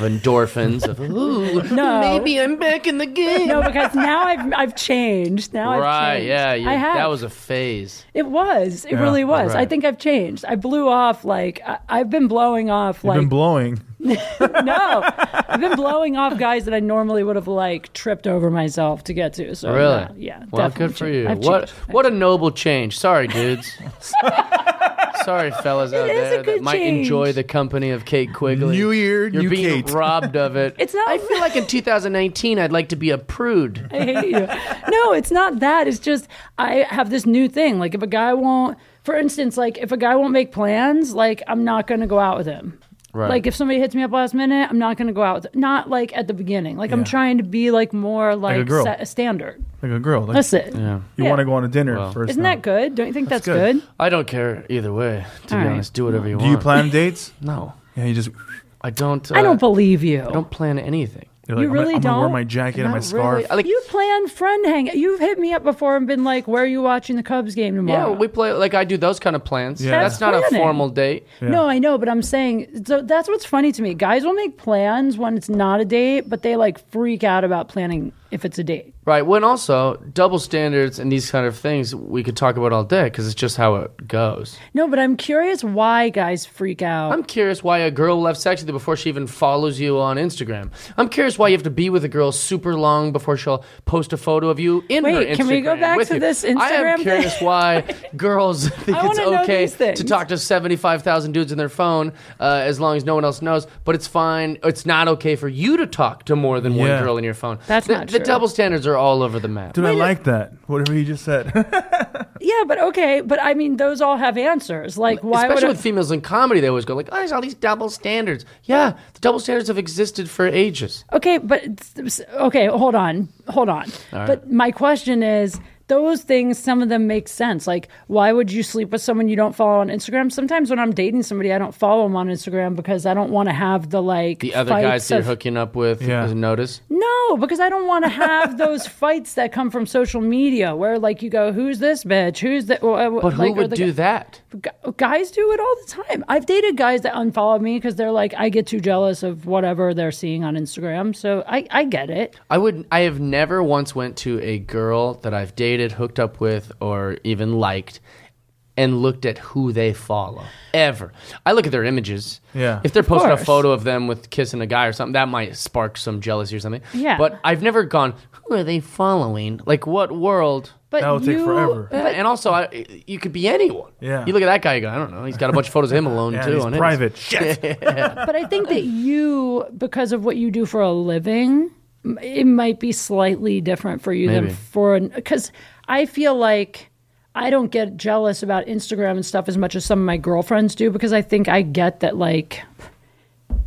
Speaker 2: endorphins of ooh,
Speaker 1: No.
Speaker 2: maybe I'm back in the game.
Speaker 1: no, because now I've I've changed. Now I've
Speaker 2: right,
Speaker 1: changed.
Speaker 2: yeah, you,
Speaker 1: I have.
Speaker 2: that was a phase.
Speaker 1: It was. It really was. I
Speaker 2: right.
Speaker 1: think I've changed. I blew off like I, I've been blowing off
Speaker 3: You've
Speaker 1: like
Speaker 3: been blowing.
Speaker 1: no, I've been blowing off guys that I normally would have like tripped over myself to get to. So
Speaker 2: Really?
Speaker 1: no, yeah.
Speaker 2: Well,
Speaker 1: definitely
Speaker 2: good for
Speaker 1: changed.
Speaker 2: you.
Speaker 1: I've
Speaker 2: what
Speaker 1: changed.
Speaker 2: what a noble change. Sorry, dudes. Sorry, fellas out
Speaker 1: It is a
Speaker 2: there that
Speaker 1: good
Speaker 2: might
Speaker 1: change.
Speaker 2: enjoy the company of Kate Quigley.
Speaker 3: New year,
Speaker 2: You're
Speaker 3: new
Speaker 2: being
Speaker 3: Kate.
Speaker 2: robbed of it.
Speaker 1: It's not-
Speaker 2: I feel like in 2019, I'd like to be a prude.
Speaker 1: I hate you. No, it's not that. It's just I have this new thing. Like if a guy won't, for instance, like if a guy won't make plans, like I'm not going to go out with him.
Speaker 2: Right.
Speaker 1: Like if somebody hits me up last minute, I'm not going to go out. With, not like at the beginning. Like I'm
Speaker 3: Yeah.
Speaker 1: trying to be like more like,
Speaker 3: girl.
Speaker 1: set a standard.
Speaker 3: Like a girl. Like,
Speaker 1: That's it.
Speaker 3: You
Speaker 1: Yeah.
Speaker 3: want to go on a dinner first.
Speaker 1: Isn't
Speaker 3: now.
Speaker 1: that good? Don't you think that's,
Speaker 3: That's good.
Speaker 1: good?
Speaker 2: I don't care either way. To
Speaker 1: All
Speaker 2: be
Speaker 1: right.
Speaker 2: honest, do whatever you
Speaker 3: Do
Speaker 2: want.
Speaker 3: you plan dates?
Speaker 2: No,
Speaker 3: Yeah, you just.
Speaker 2: I don't. Uh,
Speaker 1: I don't believe you.
Speaker 2: I don't plan anything.
Speaker 3: You're like,
Speaker 1: You
Speaker 3: I'm gonna-
Speaker 1: really
Speaker 3: I'm gonna wear
Speaker 1: don't?
Speaker 3: my jacket and my
Speaker 2: Not
Speaker 3: scarf.
Speaker 2: really. I like-
Speaker 1: you plan friend hang. You've hit me up before and been like, "Where are you watching the Cubs game
Speaker 2: Yeah,
Speaker 1: tomorrow?"
Speaker 2: we play like I do those kind of plans.
Speaker 3: Yeah.
Speaker 2: That's,
Speaker 1: That's
Speaker 2: not a
Speaker 1: planning.
Speaker 2: formal date.
Speaker 1: No, I know, but I'm saying so that's what's funny to me. Guys will make plans when it's not a date, but they like freak out about planning if it's a date.
Speaker 2: Right. When also double standards and these kind of things we could talk about all day because it's just how it goes.
Speaker 1: No, but I'm curious why guys freak out.
Speaker 2: I'm curious why a girl will have sex with you before she even follows you on Instagram. I'm curious why you have to be with a girl super long before she'll post a photo of you in her
Speaker 1: Wait,
Speaker 2: Instagram.
Speaker 1: can we go back
Speaker 2: with
Speaker 1: to
Speaker 2: you.
Speaker 1: this
Speaker 2: I
Speaker 1: Instagram
Speaker 2: am
Speaker 1: thing?
Speaker 2: curious why girls think
Speaker 1: I
Speaker 2: it's
Speaker 1: wanna know
Speaker 2: okay
Speaker 1: these things.
Speaker 2: to talk to 75,000 dudes in their phone uh, as long as no one else knows, but it's fine. It's not okay for you to talk to more than one
Speaker 3: Yeah.
Speaker 2: girl in your phone.
Speaker 1: That's
Speaker 2: the,
Speaker 1: not
Speaker 2: The
Speaker 1: true.
Speaker 2: double standards are all over the map.
Speaker 3: Dude, I like that. Whatever you just said.
Speaker 1: yeah, but okay, but I mean, those all have answers. Like, why
Speaker 2: Especially
Speaker 1: would
Speaker 2: with females in comedy, they always go like, "Oh, there's all these double standards." Yeah, the double standards have existed for ages.
Speaker 1: I, okay? But it's- okay, hold on, hold on. But my question is. Those things, some of them make sense. Like, why would you sleep with someone you don't follow on Instagram? Sometimes when I'm dating somebody, I don't follow them on Instagram because I don't want to have the like
Speaker 2: The other
Speaker 1: fights
Speaker 2: guys that you're
Speaker 1: of-
Speaker 2: hooking up with,
Speaker 3: Yeah.
Speaker 2: yeah. notice.
Speaker 1: No, because I don't want to have those fights that come from social media where, like, you go, "Who's this bitch? Who's that?"
Speaker 2: But who would do that?
Speaker 1: Guys do it all the time. I've dated guys that unfollow me because they're like, I get too jealous of whatever they're seeing on Instagram. So I, I get it.
Speaker 2: I would. I have never once went to a girl that I've dated, hooked up with, or even liked, and looked at who they follow. Ever. I look at their images.
Speaker 3: Yeah.
Speaker 2: If they're posting a
Speaker 1: course.
Speaker 2: photo of them with kissing a guy or something, that might spark some jealousy or something.
Speaker 1: Yeah.
Speaker 2: But I've never gone. Who are they following? Like what world?
Speaker 1: But
Speaker 3: That would take
Speaker 1: you-
Speaker 3: forever.
Speaker 2: Yeah, and also, I, you could be anyone.
Speaker 3: Yeah.
Speaker 2: You look at that guy, you go, I don't know. He's got a bunch of photos of him alone,
Speaker 3: yeah,
Speaker 2: too.
Speaker 3: he's
Speaker 2: on his.
Speaker 3: private. Shit.
Speaker 1: but I think that you, because of what you do for a living, m- it might be slightly different for you
Speaker 2: Maybe.
Speaker 1: than for because I feel like I don't get jealous about Instagram and stuff as much as some of my girlfriends do because I think I get that like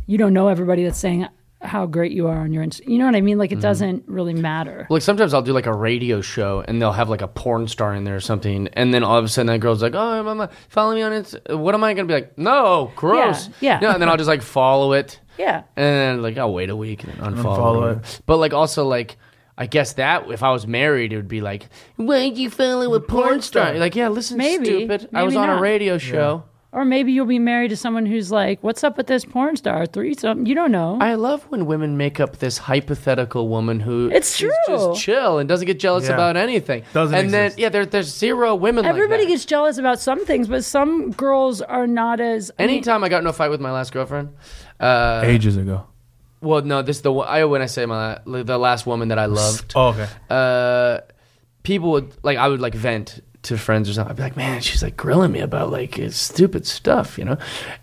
Speaker 1: you don't know everybody that's saying how great you are on your Inst- you know what I mean like
Speaker 2: Mm-hmm.
Speaker 1: it doesn't really matter.
Speaker 2: Like, sometimes I'll do like a radio show and they'll have like a porn star in there or something. And then all of a sudden that girl's like, oh, mama, follow me on Insta. What am I going to be like? No, gross.
Speaker 1: Yeah, yeah.
Speaker 2: No, and then I'll just like follow it.
Speaker 1: Yeah.
Speaker 2: And then like, I'll wait a week and then unfollow,
Speaker 3: Unfollow
Speaker 2: it.
Speaker 3: it.
Speaker 2: But like, also, like, I guess that if I was married, it would be like, why'd you follow a porn,
Speaker 3: star."
Speaker 2: star? Like, yeah, listen,
Speaker 1: Maybe.
Speaker 2: stupid. I
Speaker 1: Maybe
Speaker 2: was on a
Speaker 1: not.
Speaker 2: radio show.
Speaker 1: Or maybe you'll be married to someone who's like, "What's up with this porn star threesome?" You don't know.
Speaker 2: I love when women make up this hypothetical woman who
Speaker 1: It's
Speaker 2: is
Speaker 1: true.
Speaker 2: just chill and doesn't get jealous
Speaker 3: Yeah.
Speaker 2: about anything.
Speaker 3: Doesn't
Speaker 2: and
Speaker 3: exist.
Speaker 2: then yeah, there, there's zero women.
Speaker 1: Everybody
Speaker 2: like that.
Speaker 1: gets jealous about some things, but some girls are not as. I mean,
Speaker 2: Anytime I got into a fight with my last girlfriend, uh,
Speaker 3: Ages ago.
Speaker 2: well, no, this is the one- I when I say my la- the last woman that I loved,
Speaker 3: Oh, okay.
Speaker 2: uh, people would like I would like vent to friends or something. I'd be like, man, she's like grilling me about like uh, stupid stuff, you know,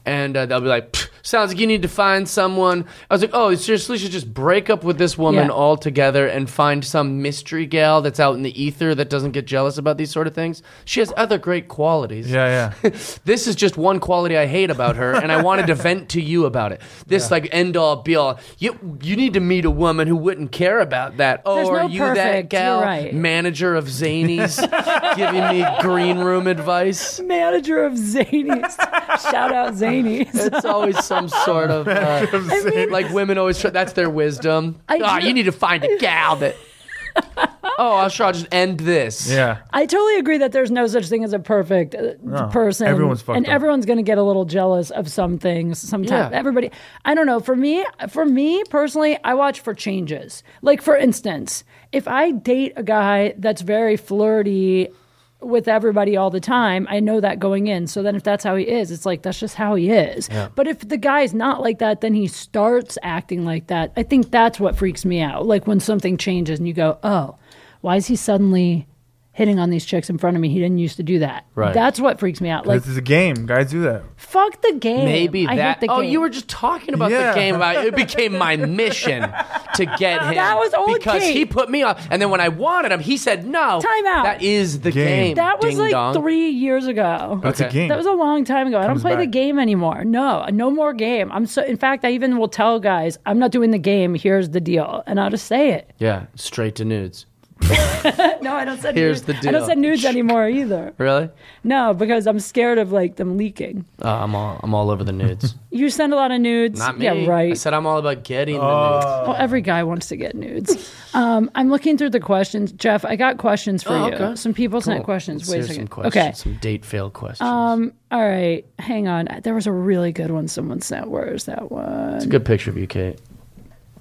Speaker 2: and uh, they'll be like, "Pfft, sounds like you need to find someone. I was like, oh, seriously, you should just break up with this woman
Speaker 1: Yeah.
Speaker 2: altogether and find some mystery gal that's out in the ether that doesn't get jealous about these sort of things. She has other great qualities.
Speaker 3: Yeah, yeah.
Speaker 2: This is just one quality I hate about her, and I wanted to vent to you about it. This like end all be all. You you need to meet a woman who wouldn't care about that. Oh,
Speaker 1: There's no
Speaker 2: are you that
Speaker 1: perfect. You're
Speaker 2: gal
Speaker 1: right.
Speaker 2: manager of Zanies giving me green room advice?
Speaker 1: manager of Zanies. Shout out Zanies.
Speaker 2: It's always some sort of uh, like women always. Try, that's their wisdom.
Speaker 1: I
Speaker 2: Ah,
Speaker 1: do-
Speaker 2: you need to find a gal that. Oh, I'll sure I'll just end this.
Speaker 3: yeah.
Speaker 1: I totally agree that there's no such thing as a perfect uh, person.
Speaker 3: everyone's fucked
Speaker 1: and
Speaker 3: up.
Speaker 1: everyone's going to get a little jealous of some things sometimes.
Speaker 2: Yeah.
Speaker 1: Everybody, I don't know. For me, for me personally, I watch for changes. Like for instance, if I date a guy that's very flirty with everybody all the time, I know that going in. So then if that's how he is, it's like that's just how he is. But if the guy's not like that, then he starts acting like that. I think that's what freaks me out. Like when something changes and you go, "Oh, why is he suddenly hitting on these chicks in front of me? He didn't used to do that."
Speaker 2: Right.
Speaker 1: That's what freaks me out. Like
Speaker 3: this is a game. Guys do that.
Speaker 1: fuck the game.
Speaker 2: Maybe
Speaker 1: I
Speaker 2: that.
Speaker 1: Hate the
Speaker 2: oh,
Speaker 1: game.
Speaker 2: you were just talking about
Speaker 3: Yeah.
Speaker 2: the game. About, it became my mission to get him.
Speaker 1: That was old
Speaker 2: because
Speaker 1: Kate.
Speaker 2: he put me on. And then when I wanted him, he said no.
Speaker 1: Time out.
Speaker 2: That is the
Speaker 3: Game.
Speaker 2: game.
Speaker 1: That was
Speaker 2: Ding
Speaker 1: like
Speaker 2: dong.
Speaker 1: three years ago.
Speaker 3: That's a
Speaker 2: Okay.
Speaker 3: game.
Speaker 1: That was a long time ago. I don't
Speaker 3: Comes
Speaker 1: play the
Speaker 3: back.
Speaker 1: game anymore. No, no more game. I'm so. In fact, I even will tell guys, I'm not doing the game. Here's the deal, and I'll just say it.
Speaker 2: Yeah, straight to nudes.
Speaker 1: No, I don't send.
Speaker 2: Here's
Speaker 1: nudes.
Speaker 2: the
Speaker 1: I don't
Speaker 2: deal.
Speaker 1: send nudes anymore either.
Speaker 2: Really?
Speaker 1: No, because I'm scared of like them leaking.
Speaker 2: Uh, I'm all I'm all over the nudes.
Speaker 1: You send a lot of nudes.
Speaker 2: Not me.
Speaker 1: Yeah,
Speaker 2: I
Speaker 1: right.
Speaker 2: said I'm all about getting the
Speaker 1: Well, every guy wants to get nudes. Um, I'm looking through the questions, Jeff. I got questions for
Speaker 2: Oh,
Speaker 1: you.
Speaker 2: okay.
Speaker 1: Some people
Speaker 2: nudes.
Speaker 1: sent questions.
Speaker 2: Let's
Speaker 1: Wait a
Speaker 2: hear
Speaker 1: second.
Speaker 2: Some questions,
Speaker 1: Okay.
Speaker 2: Some date fail questions.
Speaker 1: Um, all right, hang on. There was a really good one someone sent. Where is that one?
Speaker 2: it's a good picture of you, Kate.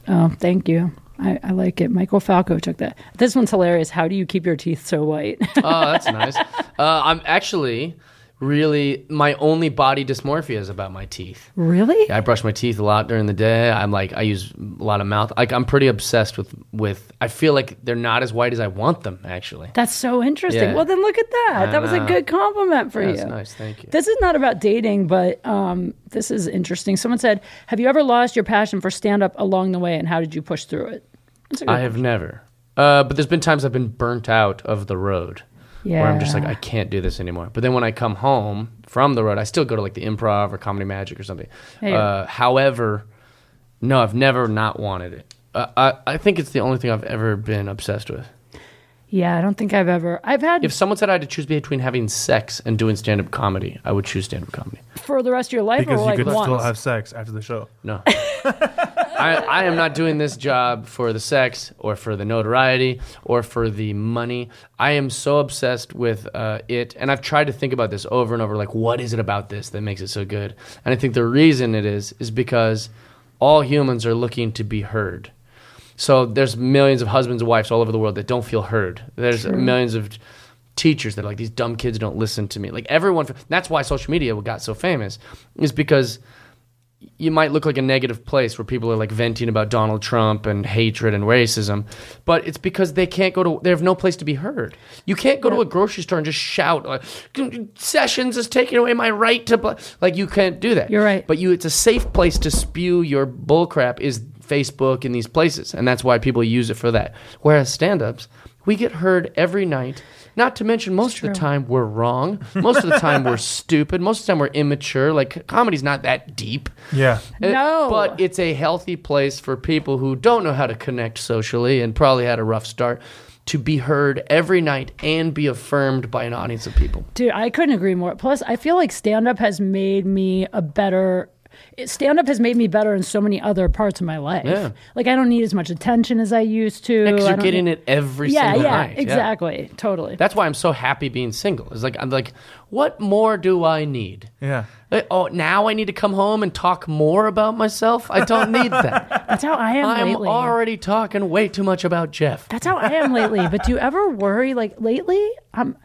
Speaker 1: Oh, thank you. I, I like it. Michael Falco took that. This one's hilarious. How do you keep your teeth so white?
Speaker 2: Oh, that's nice. Uh, I'm actually really my only body dysmorphia is about my teeth.
Speaker 1: really?
Speaker 2: Yeah, I brush my teeth a lot during the day. I'm like, I use a lot of mouth. Like, I'm pretty obsessed with with. I feel like they're not as white as I want them. Actually,
Speaker 1: That's so interesting.
Speaker 2: Yeah.
Speaker 1: Well, then look at that.
Speaker 2: I
Speaker 1: that was a
Speaker 2: know.
Speaker 1: good compliment for you.
Speaker 2: that's nice. Thank you.
Speaker 1: This is not about dating, but um, this is interesting. Someone said, "Have you ever lost your passion for stand up along the way, and how did you push through it?" That's a good-
Speaker 2: I have never. Uh, but there's been times I've been burnt out of the road, where I'm just like,
Speaker 1: Yeah.
Speaker 2: I can't do this anymore. But then when I come home from the road, I still go to like the improv or comedy magic or something.
Speaker 1: Yeah.
Speaker 2: Uh, however, no, I've never not wanted it. Uh, I I think it's the only thing I've ever been obsessed with.
Speaker 1: yeah, I don't think I've ever. I've had
Speaker 2: If someone said I had to choose between having sex and doing stand up comedy, I would choose stand up comedy.
Speaker 1: for the rest of your life,
Speaker 3: Because
Speaker 1: or
Speaker 3: you
Speaker 1: like
Speaker 3: could
Speaker 1: once.
Speaker 3: still have sex after the show.
Speaker 2: No. I, I am not doing this job for the sex or for the notoriety or for the money. I am so obsessed with uh, it. And I've tried to think about this over and over like, what is it about this that makes it so good? And I think the reason it is, is because all humans are looking to be heard. So there's millions of husbands and wives all over the world that don't feel heard. There's millions of teachers that are like these dumb kids don't listen to me. Like everyone, that's why social media got so famous, is because you might look like a negative place where people are like venting about Donald Trump and hatred and racism, but it's because they can't go to they have no place to be heard. You can't go to a grocery store and just shout like Sessions is taking away my right to bla-" like you can't do that.
Speaker 1: You're right.
Speaker 2: But you it's a safe place to spew your bullcrap is Facebook and these places, and that's why people use it for that. Whereas stand-ups, we get heard every night. Not to mention, most of the time we're wrong. Most of the time we're stupid. Most of the time we're immature. Like comedy's not that deep.
Speaker 3: Yeah.
Speaker 2: It-
Speaker 1: No.
Speaker 2: But it's a healthy place for people who don't know how to connect socially and probably had a rough start to be heard every night and be affirmed by an audience of people.
Speaker 1: Dude, I couldn't agree more. Plus, I feel like stand up has made me a better stand up has made me better in so many other parts of my life.
Speaker 2: Yeah.
Speaker 1: Like I don't need as much attention as I used to.
Speaker 2: Because
Speaker 1: I
Speaker 2: you're
Speaker 1: don't
Speaker 2: getting
Speaker 1: need-
Speaker 2: it every
Speaker 1: Yeah,
Speaker 2: single
Speaker 1: yeah,
Speaker 2: night.
Speaker 1: exactly. Totally.
Speaker 2: That's why I'm so happy being single. It's like I'm like, what more do I need?
Speaker 3: Yeah.
Speaker 2: eh, oh, now I need to come home and talk more about myself. I don't need that.
Speaker 1: That's how I am
Speaker 2: I'm
Speaker 1: lately.
Speaker 2: already talking way too much about Jeff.
Speaker 1: That's how I am lately. But do you ever worry? Like lately, I'm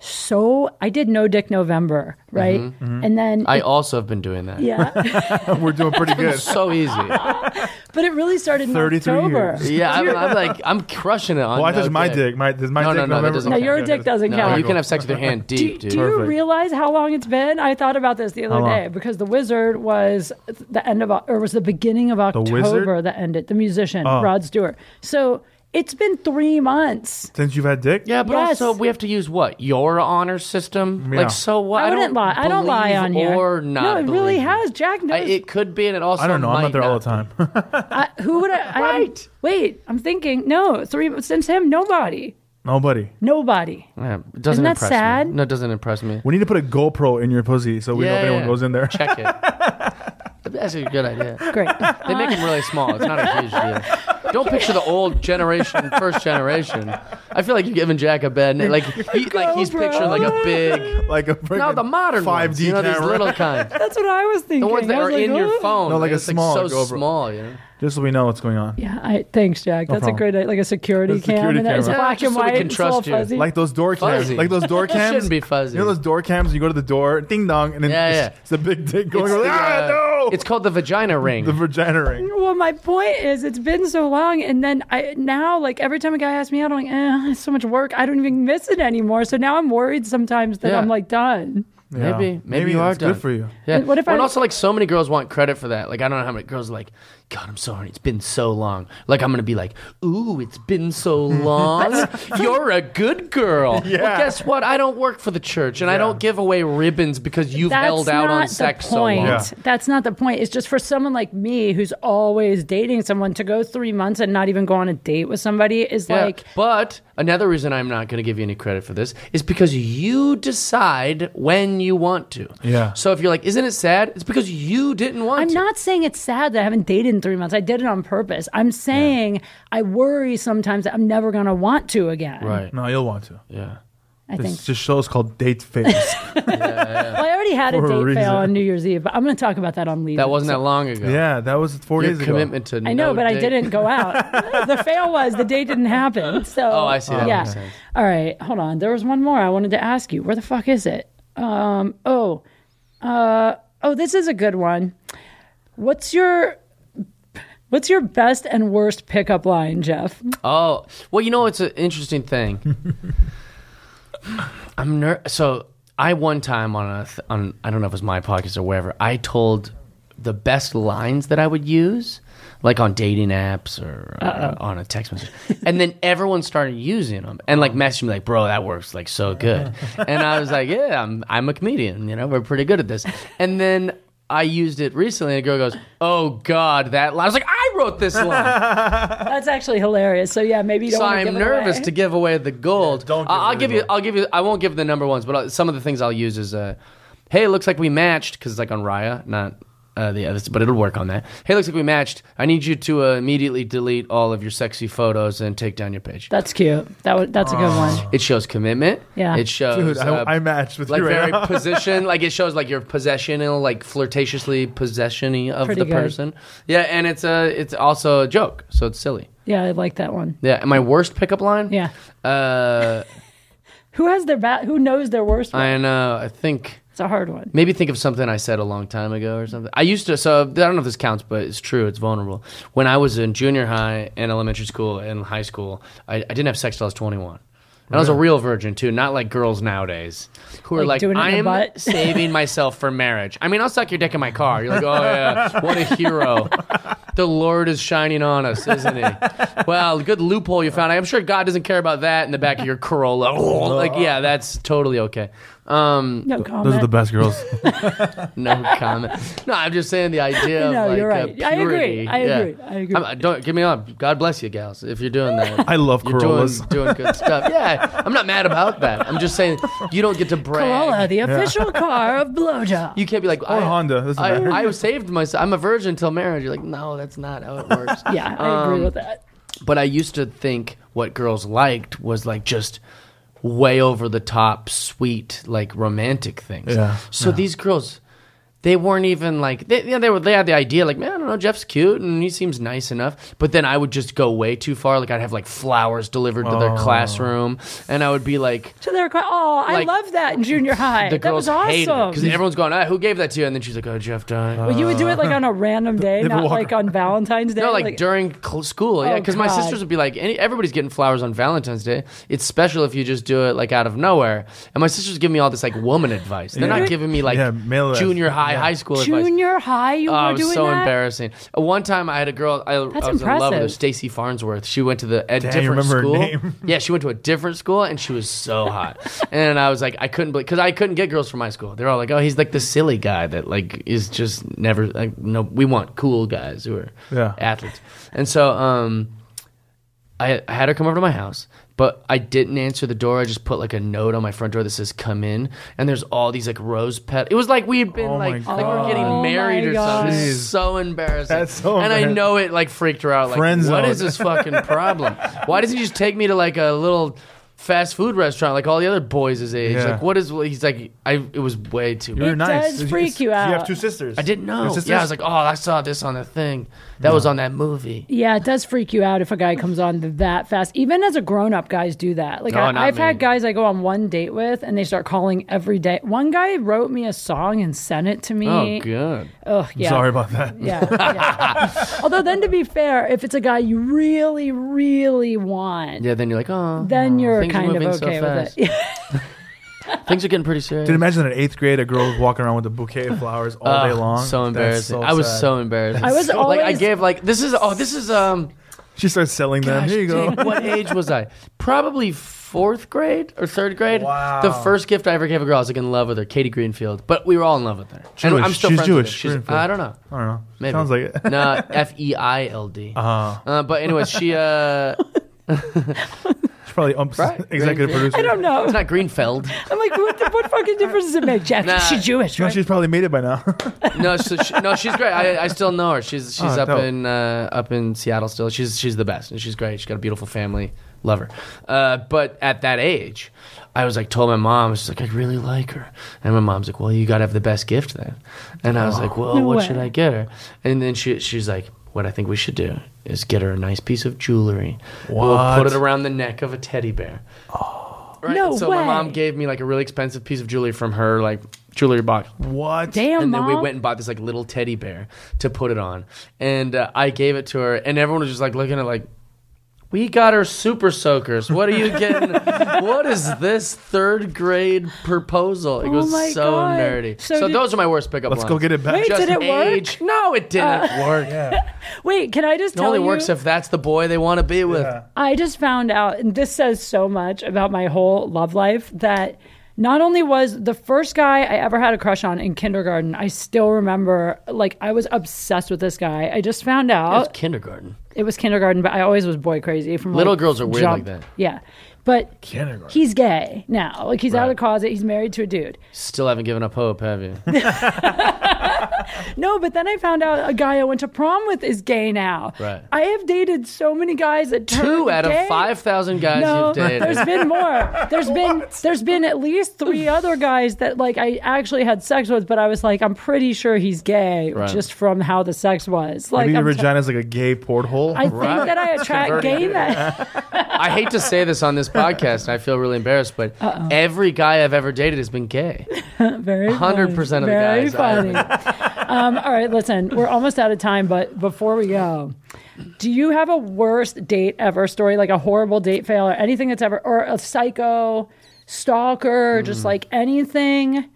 Speaker 1: so I did no dick November, right?
Speaker 2: Mm-hmm.
Speaker 1: And then
Speaker 2: I also have been doing that.
Speaker 1: yeah,
Speaker 3: We're doing pretty good.
Speaker 2: So easy. Yeah,
Speaker 1: but it really started in
Speaker 3: 33
Speaker 1: October.
Speaker 3: years.
Speaker 2: I'm, I'm like I'm crushing it on.
Speaker 3: Well, I touched
Speaker 2: no
Speaker 3: my
Speaker 2: dick.
Speaker 3: dick. My, does my
Speaker 2: No,
Speaker 3: dick
Speaker 2: no, no, that
Speaker 3: November-
Speaker 2: doesn't
Speaker 1: No,
Speaker 2: count.
Speaker 1: your dick doesn't
Speaker 2: No,
Speaker 1: count.
Speaker 2: you can have sex with your hand deep, dude.
Speaker 1: Do you
Speaker 3: Perfect.
Speaker 1: realize how long it's been? I thought about this the other
Speaker 3: long?
Speaker 1: day because the wizard was the end of or was the beginning of
Speaker 3: Wizard? Oh.
Speaker 1: October that ended. The musician Rod Stewart. So it's been three months.
Speaker 3: Since you've had dick?
Speaker 2: Yeah, but
Speaker 1: Yes.
Speaker 2: also we have to use what your honor system.
Speaker 3: Yeah.
Speaker 2: Like so, what?
Speaker 1: I, wouldn't
Speaker 2: don't
Speaker 1: lie. I don't lie
Speaker 2: believe
Speaker 1: on here.
Speaker 2: Or not?
Speaker 1: no, it really
Speaker 2: believe.
Speaker 1: has. Jack knows.
Speaker 2: I, it could be, and it also.
Speaker 3: I don't know.
Speaker 2: might
Speaker 3: I'm not there all the time.
Speaker 1: I- who would I? I
Speaker 2: Right.
Speaker 1: Wait, I'm thinking. No, three since him. Nobody.
Speaker 3: Nobody.
Speaker 1: Nobody.
Speaker 2: Yeah, it
Speaker 1: Isn't
Speaker 2: doesn't
Speaker 1: that
Speaker 2: impress
Speaker 1: sad?
Speaker 2: me. No, it doesn't impress me.
Speaker 3: We need to put a GoPro in your pussy so we know if anyone goes in there.
Speaker 2: Check it. That's a good idea.
Speaker 1: Great.
Speaker 2: They make them really small. It's not a huge deal. Don't picture the old generation, first generation. I feel like you're giving Jack a bad name. Like, he, like he's
Speaker 1: GoPro.
Speaker 2: picturing like a big.
Speaker 3: Like a
Speaker 2: No,
Speaker 3: freaking
Speaker 2: the modern
Speaker 3: 5D
Speaker 2: ones. You know
Speaker 3: camera.
Speaker 2: these little kind.
Speaker 1: That's what I was thinking.
Speaker 2: The ones that
Speaker 1: I
Speaker 2: are
Speaker 1: was like,
Speaker 2: in
Speaker 1: "Oh."
Speaker 2: your phone.
Speaker 3: No, like a
Speaker 2: It's,
Speaker 3: small
Speaker 2: so
Speaker 3: GoPro.
Speaker 2: small. You know.
Speaker 3: Just so we know what's going on.
Speaker 1: Yeah, I, thanks, Jack. That's a
Speaker 3: problem.
Speaker 1: great like a security
Speaker 3: That's a
Speaker 1: cam.
Speaker 3: Uh-huh. security
Speaker 1: and that- It's
Speaker 3: camera.
Speaker 2: Yeah,
Speaker 1: black
Speaker 2: just
Speaker 1: and
Speaker 2: so we
Speaker 1: white.
Speaker 2: can
Speaker 1: it's
Speaker 2: trust
Speaker 1: all
Speaker 2: you.
Speaker 1: fuzzy.
Speaker 3: Like those door cams.
Speaker 2: Fuzzy.
Speaker 3: Like those door
Speaker 2: It
Speaker 3: cams.
Speaker 2: shouldn't be fuzzy.
Speaker 3: You know those door cams? You go to the door, ding dong, and then
Speaker 2: Yeah,
Speaker 3: it's,
Speaker 2: yeah.
Speaker 3: it's a big dick going
Speaker 2: It's
Speaker 3: around.
Speaker 2: the,
Speaker 3: ah,
Speaker 2: uh,
Speaker 3: no!
Speaker 2: It's called the vagina ring.
Speaker 3: the vagina ring.
Speaker 1: well, my point is, it's been so long, and then I now like every time a guy asks me out, I'm like, eh, it's so much work. I don't even miss it anymore. So now I'm worried sometimes that
Speaker 2: Yeah.
Speaker 1: I'm like done.
Speaker 3: Yeah.
Speaker 2: Maybe, maybe, you are
Speaker 3: it's
Speaker 2: done.
Speaker 3: good for you.
Speaker 2: Yeah.
Speaker 1: And what if
Speaker 2: Well, and
Speaker 1: I-
Speaker 2: also like so many girls want credit for that. Like I don't know how many girls are like, God, I'm sorry, it's been so long. Like I'm gonna be like, Ooh, it's been so long. You're a good girl. Well,
Speaker 3: Yeah.
Speaker 2: guess what? I don't work for the church, and I
Speaker 3: Yeah.
Speaker 2: don't give away ribbons because you've
Speaker 1: That's
Speaker 2: held out
Speaker 1: not
Speaker 2: on
Speaker 1: the
Speaker 2: sex so
Speaker 1: point.
Speaker 2: long.
Speaker 3: Yeah.
Speaker 1: That's not the point. It's just for someone like me who's always dating someone to go three months and not even go on a date with somebody is
Speaker 2: Yeah,
Speaker 1: like
Speaker 2: but another reason I'm not going to give you any credit for this is because you decide when you want to.
Speaker 3: Yeah.
Speaker 2: So if you're like, isn't it sad? It's because you didn't want
Speaker 1: I'm
Speaker 2: to.
Speaker 1: not saying it's sad that I haven't dated in three months. I did it on purpose. I'm saying I worry sometimes that I'm never gonna want to again.
Speaker 2: Right.
Speaker 3: No, you'll want to.
Speaker 2: Yeah.
Speaker 1: I think.
Speaker 3: This just show's called date phase.
Speaker 1: Well, I already had a
Speaker 3: For a
Speaker 1: date
Speaker 3: reason.
Speaker 1: fail on New Year's Eve, but I'm gonna talk about that on leave.
Speaker 2: That wasn't that long ago.
Speaker 3: yeah, that was four
Speaker 2: Your
Speaker 3: days ago.
Speaker 2: commitment to
Speaker 1: I know,
Speaker 2: no
Speaker 1: but I
Speaker 2: date.
Speaker 1: didn't go out. the fail was the date didn't happen. So
Speaker 2: Oh, I see. That
Speaker 1: yeah.
Speaker 2: makes sense.
Speaker 1: All right, hold on. There was one more I wanted to ask you. Where the fuck is it? Um. Oh. Uh. Oh, this is a good one. What's your What's your best and worst pickup line, Jeff?
Speaker 2: Oh, well, you know, it's an interesting thing. I'm ner- so I one time on a th- on I don't know if it was my podcast or wherever I told the best lines that I would use, like on dating apps or uh, on a text message, and then everyone started using them and like messaging me like, "Bro, that works like so good," and I was like, "Yeah, I'm I'm a comedian, you know, we're pretty good at this," and then. I used it recently, and a girl goes, "Oh God, that line!" I was like, "I wrote this line."
Speaker 1: That's actually hilarious. So yeah, maybe you don't.
Speaker 2: so
Speaker 1: wanna
Speaker 2: I'm
Speaker 1: give it
Speaker 2: nervous
Speaker 1: away.
Speaker 2: to give away the gold.
Speaker 3: don't give
Speaker 2: I- I'll
Speaker 3: away
Speaker 2: give
Speaker 3: the
Speaker 2: you.
Speaker 3: gold.
Speaker 2: I'll give you. I won't give the number ones, but I'll, some of the things I'll use is, uh, "Hey, looks like we matched," because it's like on Raya, not uh, the others, but it'll work on that. Hey, looks like we matched. I need you to uh, immediately delete all of your sexy photos and take down your page.
Speaker 1: That's cute. That was, that's a good one.
Speaker 2: it shows commitment.
Speaker 1: Yeah.
Speaker 2: It shows.
Speaker 3: Dude,
Speaker 2: uh,
Speaker 3: I, I matched with
Speaker 2: like
Speaker 3: you right
Speaker 2: very
Speaker 3: now.
Speaker 2: position, like it shows like your possessional, like flirtatiously possessiony of
Speaker 1: Pretty
Speaker 2: the
Speaker 1: good.
Speaker 2: person. Yeah, and it's a, it's also a joke, so it's silly.
Speaker 1: Yeah, I like that one.
Speaker 2: Yeah, and my worst pickup line.
Speaker 1: Yeah.
Speaker 2: Uh,
Speaker 1: Who has their bat? Who knows their worst one?
Speaker 2: I know. I think
Speaker 1: it's a hard one.
Speaker 2: maybe think of something I said a long time ago or something. I used to. So I don't know if this counts, but it's true. It's vulnerable. When I was in junior high and elementary school and high school, I, I didn't have sex till I was twenty one. And I was a real virgin too, not like girls nowadays who are
Speaker 1: Like
Speaker 2: like,
Speaker 1: doing it in your
Speaker 2: I'm
Speaker 1: butt?"
Speaker 2: saving myself for marriage. I mean, I'll suck your dick in my car. You're like, oh yeah, what a hero. The Lord is shining on us, isn't he? Well, good loophole you found. I'm sure God doesn't care about that in the back of your Corolla. Like, yeah, that's totally okay. Um,
Speaker 1: No comment.
Speaker 3: Those are the best girls.
Speaker 2: no comment. No, I'm just saying the idea.
Speaker 1: No,
Speaker 2: of like
Speaker 1: you're
Speaker 2: uh,
Speaker 1: right. I agree.
Speaker 2: purity.
Speaker 1: I agree. I agree.
Speaker 2: I'm- uh, don't get me on. God bless you, gals. If you're doing that,
Speaker 3: I love
Speaker 2: you're
Speaker 3: Corollas.
Speaker 2: Doing, doing good stuff. Yeah, I'm not mad about that. I'm just saying you don't get to brag.
Speaker 1: Corolla, the official car of blowjob.
Speaker 2: You can't be like I,
Speaker 3: Honda, doesn't
Speaker 2: I,
Speaker 3: matter.
Speaker 2: I saved myself. I'm a virgin till marriage. You're like, no, that's not how it works.
Speaker 1: yeah, I
Speaker 2: Um,
Speaker 1: agree with that.
Speaker 2: But I used to think what girls liked was like just way over the top, sweet, like romantic things.
Speaker 3: Yeah.
Speaker 2: So these girls, they weren't even like they, you know, they were they had the idea like man I don't know Jeff's cute and he seems nice enough but then I would just go way too far like I'd have like flowers delivered to
Speaker 3: Oh.
Speaker 2: their classroom and I would be like
Speaker 1: to their class. Oh, I
Speaker 2: Like,
Speaker 1: love that in junior high. that
Speaker 2: the girls
Speaker 1: was awesome.
Speaker 2: because everyone's going ah, who gave that to you and then she's like oh Jeff died
Speaker 1: Well, you would do it like on a random day,
Speaker 3: they
Speaker 1: not
Speaker 3: walk
Speaker 1: like on Valentine's Day.
Speaker 2: no like, during cl- school yeah
Speaker 1: Oh,
Speaker 2: because my
Speaker 1: God.
Speaker 2: sisters would be like any, everybody's getting flowers on Valentine's Day it's special if you just do it like out of nowhere and my sisters give me all this like woman advice they're
Speaker 3: Yeah.
Speaker 2: not giving me like
Speaker 3: Yeah, male advice.
Speaker 2: junior high
Speaker 3: Yeah.
Speaker 2: high school advice
Speaker 1: junior high, you
Speaker 2: Oh,
Speaker 1: were
Speaker 2: I was
Speaker 1: doing
Speaker 2: so
Speaker 1: that.
Speaker 2: embarrassing. Uh, One time, I had a girl. I, I was in love with her,
Speaker 1: impressive.
Speaker 2: Stacy Farnsworth. She went to the a
Speaker 3: Damn, you
Speaker 2: different
Speaker 3: remember her
Speaker 2: school.
Speaker 3: name.
Speaker 2: yeah, she went to a different school, and she was so hot. and I was like, I couldn't believe because I couldn't get girls from my school. They're all like, oh, he's like the silly guy that like is just never like no. We want cool guys who are
Speaker 3: Yeah.
Speaker 2: athletes. And so, um, I, I had her come over to my house, but I didn't answer the door. I just put like a note on my front door that says "Come in," and there's all these like rose pet. It was like we had been
Speaker 3: Oh my
Speaker 2: like, like we were
Speaker 3: God.
Speaker 2: getting
Speaker 1: Oh
Speaker 2: married
Speaker 1: my
Speaker 2: or something. This
Speaker 3: Jeez.
Speaker 2: is so embarrassing.
Speaker 3: That's so
Speaker 2: And I
Speaker 3: embarrassing.
Speaker 2: know it like freaked her out. Like,
Speaker 3: Friend
Speaker 2: what
Speaker 3: zone.
Speaker 2: is this fucking problem? Why doesn't he just take me to like a little fast food restaurant like all the other boys his age?
Speaker 3: Yeah.
Speaker 2: Like, what is? He's like, I. It was way too.
Speaker 3: You're
Speaker 1: It
Speaker 3: nice.
Speaker 1: does freak you out.
Speaker 3: You have two sisters.
Speaker 2: I didn't know.
Speaker 3: sisters?
Speaker 2: Yeah, I was like, oh, I saw this on the thing. That was on that movie.
Speaker 1: Yeah, it does freak you out if a guy comes on that fast. Even as a grown up, guys do that. Like
Speaker 2: No, not
Speaker 1: I, I've
Speaker 2: me.
Speaker 1: had guys I go on one date with, and they start calling every day. One guy wrote me a song and sent it to me.
Speaker 2: Oh, good.
Speaker 1: Ugh, yeah.
Speaker 3: Sorry about that.
Speaker 1: Yeah. yeah. Although then, to be fair, if it's a guy you really, really want,
Speaker 2: Yeah, then you're like, oh.
Speaker 1: then you're
Speaker 2: things are
Speaker 1: kind of
Speaker 2: moving so
Speaker 1: okay with
Speaker 2: fast.
Speaker 1: it.
Speaker 2: Things are getting pretty serious.
Speaker 3: Dude, imagine in eighth grade, a girl walking around with a bouquet of flowers all day
Speaker 2: Ugh,
Speaker 3: long.
Speaker 2: Ah, So
Speaker 3: That's
Speaker 2: embarrassing. I was
Speaker 3: sad.
Speaker 2: so embarrassed.
Speaker 1: I was
Speaker 2: like I
Speaker 1: always-
Speaker 2: gave like this is oh this is um
Speaker 3: She starts selling them.
Speaker 2: gosh,
Speaker 3: Here you go.
Speaker 2: dang, what age was I? Probably fourth grade or third grade.
Speaker 3: Wow.
Speaker 2: The first gift I ever gave a girl, I was like in love with her, Katie Greenfield. But we were all in love with her.
Speaker 3: Jewish.
Speaker 2: And I'm still
Speaker 3: She's
Speaker 2: friends With
Speaker 3: Jewish,
Speaker 2: her. She's,
Speaker 3: Greenfield.
Speaker 2: I don't know.
Speaker 3: I don't know.
Speaker 2: Maybe.
Speaker 3: Sounds like it.
Speaker 2: no, F E I L D.
Speaker 3: Uh,
Speaker 2: Uh, but anyway, she uh,
Speaker 3: it's probably um,
Speaker 2: Right. Greenfield.
Speaker 3: executive producer.
Speaker 1: I don't know.
Speaker 2: it's not Greenfeld.
Speaker 1: I'm like, what, the, what fucking difference does it make? Jack,
Speaker 2: Nah.
Speaker 1: she's Jewish,
Speaker 3: No,
Speaker 1: right?
Speaker 3: she's probably made it by now.
Speaker 2: No, so she, no, she's great. I, I still know her. She's she's
Speaker 1: Ah,
Speaker 3: Oh,
Speaker 2: up
Speaker 3: dope.
Speaker 2: in uh, up in Seattle still. She's she's the best, and she's great. She's got a beautiful family. Love her. Uh, but at that age, I was like, told my mom, she's like, I really like her, and my mom's like, well, you gotta have the best gift then. And I was like, well,
Speaker 1: Oh, No
Speaker 2: what
Speaker 1: way.
Speaker 2: should I get her? And then she she's like, what I think we should do is get her a nice piece of jewelry. and We'll
Speaker 3: What?
Speaker 2: put it around the neck of a teddy bear. Right?
Speaker 1: Oh. No
Speaker 2: so my mom
Speaker 1: way.
Speaker 2: gave me like a really expensive piece of jewelry from her like jewelry box
Speaker 3: what?
Speaker 1: Damn,
Speaker 2: and then we
Speaker 1: Mom.
Speaker 2: went and bought this like little teddy bear to put it on and uh, i gave it to her and everyone was just like looking at like we got her super soakers what are you getting what is this third grade proposal it
Speaker 1: Oh
Speaker 2: was
Speaker 1: my
Speaker 2: so
Speaker 1: God.
Speaker 2: nerdy so,
Speaker 1: So did-
Speaker 2: those are my worst pickup
Speaker 3: Let's
Speaker 2: lines.
Speaker 3: go get it back.
Speaker 1: Wait,
Speaker 2: just
Speaker 1: did it work?
Speaker 2: age no it didn't work it
Speaker 3: Yeah.
Speaker 1: Wait, can I just tell
Speaker 2: only
Speaker 1: you?
Speaker 2: works if that's the boy they want to be with
Speaker 3: Yeah.
Speaker 1: I just found out, and this says so much about my whole love life that not only was the first guy I ever had a crush on in kindergarten, I still remember like I was obsessed with this guy. I just found out
Speaker 2: That's kindergarten
Speaker 1: it was kindergarten, but I always was boy crazy from
Speaker 2: Little
Speaker 1: like,
Speaker 2: girls are weird
Speaker 1: jump.
Speaker 2: like that.
Speaker 1: Yeah, but
Speaker 3: Kindergarten.
Speaker 1: he's gay now. Like he's out
Speaker 2: Right.
Speaker 1: of the closet. He's married to a dude.
Speaker 2: still haven't given up hope have you
Speaker 1: No, but then I found out a guy I went to prom with is gay now.
Speaker 2: Right.
Speaker 1: I have dated so many guys that
Speaker 2: two
Speaker 1: turned
Speaker 2: out of
Speaker 1: gay.
Speaker 2: 5000 guys
Speaker 1: No,
Speaker 2: you've dated
Speaker 1: there's been more. There's been there's been at least three other guys that like I actually had sex with, but I was like, I'm pretty sure he's gay
Speaker 2: Right.
Speaker 1: just from how the sex was. Like,
Speaker 3: Maybe your
Speaker 1: I'm t-
Speaker 3: vagina's like a gay porthole.
Speaker 1: I think
Speaker 2: Right.
Speaker 1: that I attract
Speaker 2: Converting
Speaker 1: gay
Speaker 2: it.
Speaker 1: men.
Speaker 2: I hate to say this on this podcast, and I feel really embarrassed, but every guy I've ever dated has been gay.
Speaker 1: Very
Speaker 2: 100% of the
Speaker 1: funny.
Speaker 2: guys
Speaker 1: Very funny. um, all right, listen, we're almost out of time, but before we go, do you have a worst date ever story, like a horrible date fail, or anything that's ever, or a psycho stalker,
Speaker 2: Mm.
Speaker 1: just like anything?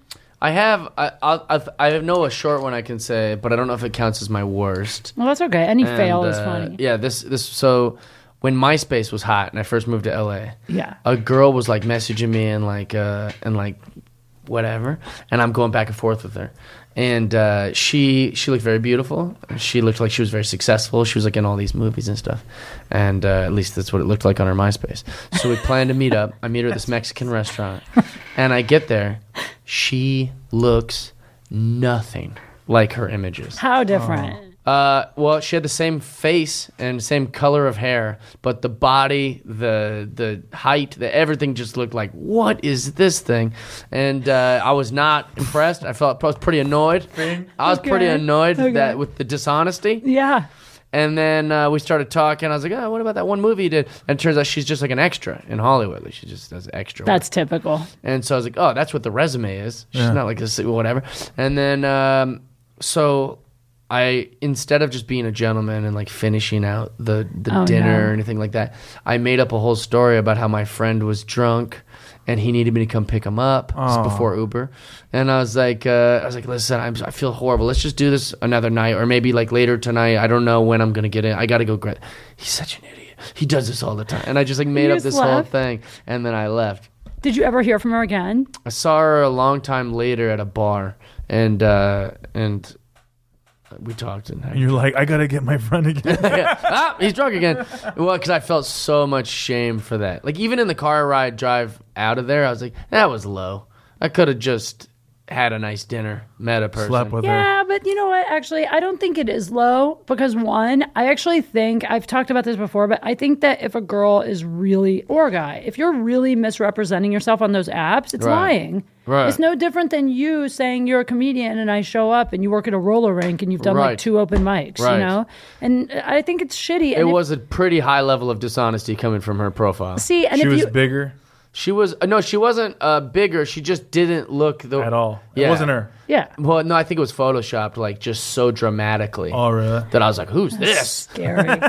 Speaker 2: I have, I, I'll, I've, I know a short one I can say, but I don't know if it counts as my worst.
Speaker 1: Well, that's okay. Any fail
Speaker 2: And,
Speaker 1: is
Speaker 2: uh,
Speaker 1: funny.
Speaker 2: Yeah, this, this, so when MySpace was hot and I first moved to LA,
Speaker 1: Yeah.
Speaker 2: a girl was like messaging me and like, uh, and like whatever, and I'm going back and forth with her. And uh, she she looked very beautiful. She looked like she was very successful. She was like in all these movies and stuff, and uh, at least that's what it looked like on her MySpace. So we planned to meet up. I meet her at this Mexican restaurant, and I get there. She looks nothing like her images.
Speaker 1: How different.
Speaker 2: Uh, well, she had the same face and same color of hair, but the body, the the height, the everything just looked like what is this thing? And uh, I was not impressed. I felt I was pretty annoyed. I was pretty
Speaker 1: Okay.
Speaker 2: annoyed
Speaker 1: Okay.
Speaker 2: that with the dishonesty.
Speaker 1: Yeah.
Speaker 2: And then uh, we started talking. I was like, "Oh, what about that one movie you did?" And it turns out she's just like an extra in Hollywood. Like she just does extra. work.
Speaker 1: That's typical.
Speaker 2: And so I was like, oh, that's what the resume is. She's
Speaker 3: Yeah.
Speaker 2: not like this, whatever. And then, um, so I, instead of just being a gentleman and like finishing out the, the
Speaker 1: Oh,
Speaker 2: dinner
Speaker 1: no.
Speaker 2: or anything like that, I made up a whole story about how my friend was drunk and he needed me to come pick him up This is
Speaker 3: Aw.
Speaker 2: before Uber. And I was like, uh, I was like, listen, I'm, I feel horrible. Let's just do this another night or maybe like later tonight. I don't know when I'm going to get in. I got to go. Gra- He's such an idiot. He does this all the time. And I just like made up
Speaker 1: just
Speaker 2: this whole
Speaker 1: laughed?
Speaker 2: thing. And then I left.
Speaker 1: Did you ever hear from her again?
Speaker 2: I saw her a long time later at a bar, and uh, and we talked. And
Speaker 3: And you're like, I gotta get my friend again.
Speaker 2: ah, he's drunk again. Well, because I felt so much shame for that. Like even in the car ride drive out of there, I was like, that was low. I could have just had a nice dinner, met a person.
Speaker 3: Slept with her.
Speaker 1: Yeah, but you know what? Actually, I don't think it is low because one, I actually think I've talked about this before, but I think that if a girl is really or a guy, if you're really misrepresenting yourself on those apps, it's
Speaker 2: Right.
Speaker 1: lying.
Speaker 2: Right.
Speaker 1: It's no different than you saying you're a comedian and I show up and you work at a roller rink and you've done
Speaker 2: Right.
Speaker 1: like two open mics,
Speaker 2: Right.
Speaker 1: you know? And I think it's shitty. And if-
Speaker 2: It was a pretty high level of dishonesty coming from her profile.
Speaker 1: see, and
Speaker 3: She
Speaker 1: if
Speaker 3: was
Speaker 1: you
Speaker 3: bigger
Speaker 2: She was no, she wasn't uh, bigger. She just didn't look the
Speaker 3: at all.
Speaker 2: Yeah.
Speaker 3: It wasn't her.
Speaker 1: yeah,
Speaker 2: Well, no, I think it was photoshopped like just so dramatically
Speaker 3: Oh, really?
Speaker 2: that I was like, "Who's this?"
Speaker 1: Scary.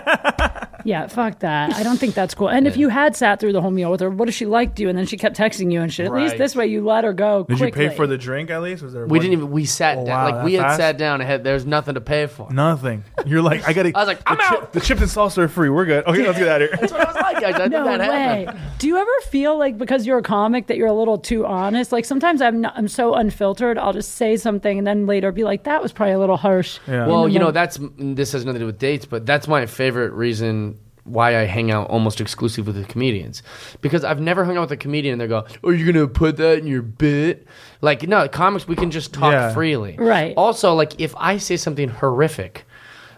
Speaker 1: yeah, fuck that. I don't think that's cool. And if you had sat through the whole meal with her, what if she liked you and then she kept texting you and shit? At least
Speaker 2: Right.
Speaker 1: this way you let her go.
Speaker 3: Did
Speaker 1: quickly.
Speaker 3: you pay for the drink at least? Was there?
Speaker 2: We
Speaker 3: one-
Speaker 2: didn't even. We sat
Speaker 3: Oh,
Speaker 2: down.
Speaker 3: wow,
Speaker 2: like
Speaker 3: that
Speaker 2: we had
Speaker 3: fast?
Speaker 2: sat down and had. There's nothing to pay for.
Speaker 3: Nothing. You're like, I gotta.
Speaker 2: I was like,
Speaker 3: the
Speaker 2: I'm
Speaker 3: chi-
Speaker 2: out.
Speaker 3: the chips and salsa are free. We're good. Okay, let's get out of here.
Speaker 2: That's what I was like, guys. I think
Speaker 1: No
Speaker 2: that
Speaker 1: way.
Speaker 2: happened.
Speaker 1: Do you ever feel like because you're a comic that you're a little too honest? Like sometimes I'm not, I'm so unfiltered. I'll just say something and then later be like, that was probably a little harsh.
Speaker 3: Yeah.
Speaker 2: Well, you know,
Speaker 1: moment.
Speaker 2: that's this has nothing to do with dates, but that's my favorite reason why I hang out almost exclusively with comedians because I've never hung out with a comedian and they go, "Are you gonna put that in your bit?" Like, no, comics we can just talk
Speaker 3: Yeah.
Speaker 2: freely.
Speaker 1: Right.
Speaker 2: Also, like if I say something horrific.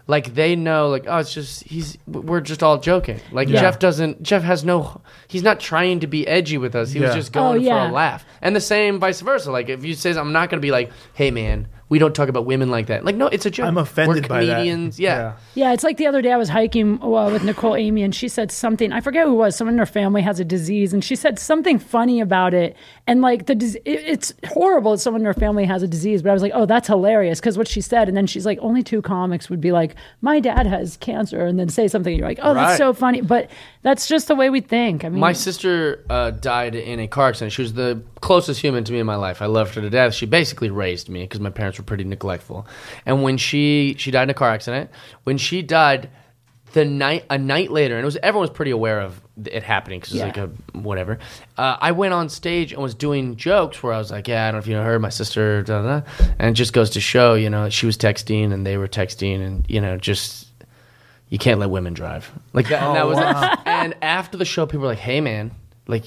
Speaker 2: Like they know, like oh, it's just he's. We're just all joking. Like
Speaker 3: Yeah.
Speaker 2: Jeff doesn't. Jeff has no. He's not trying to be edgy with us. He was
Speaker 3: Yeah.
Speaker 2: just going
Speaker 1: Oh, yeah.
Speaker 2: for a laugh. And the same vice versa. Like if you say I'm not going to be like, "Hey man, we don't talk about women like that." Like no, it's a joke.
Speaker 3: I'm offended
Speaker 2: We're
Speaker 3: by that.
Speaker 2: comedians. Yeah.
Speaker 1: Yeah, it's like the other day I was hiking uh, with Nicole Amy and she said something. I forget who it was. Someone in her family has a disease and she said something funny about it. And like the dis- it, it's horrible that someone in her family has a disease, but I was like, "Oh, that's hilarious" because what she said and then she's like, "Only two comics would be like, my dad has cancer." And then say something and you're like, "Oh,
Speaker 2: Right.
Speaker 1: that's so funny." But that's just the way we think. I mean,
Speaker 2: My sister uh, died in a car accident. She was the closest human to me in my life. I loved her to death. She basically raised me because my parents were pretty neglectful. And when she she died in a car accident, when she died, the night a night later, and it was everyone was pretty aware of it happening because
Speaker 1: Yeah.
Speaker 2: it was like a whatever. Uh, I went on stage and was doing jokes where I was like, "Yeah, I don't know if you know her, my sister," da, da, da. and it just goes to show, you know, she was texting and they were texting, and you know, just you can't let women drive like that.
Speaker 1: Oh,
Speaker 2: and that was, and after the show, people were like, "Hey, man, like."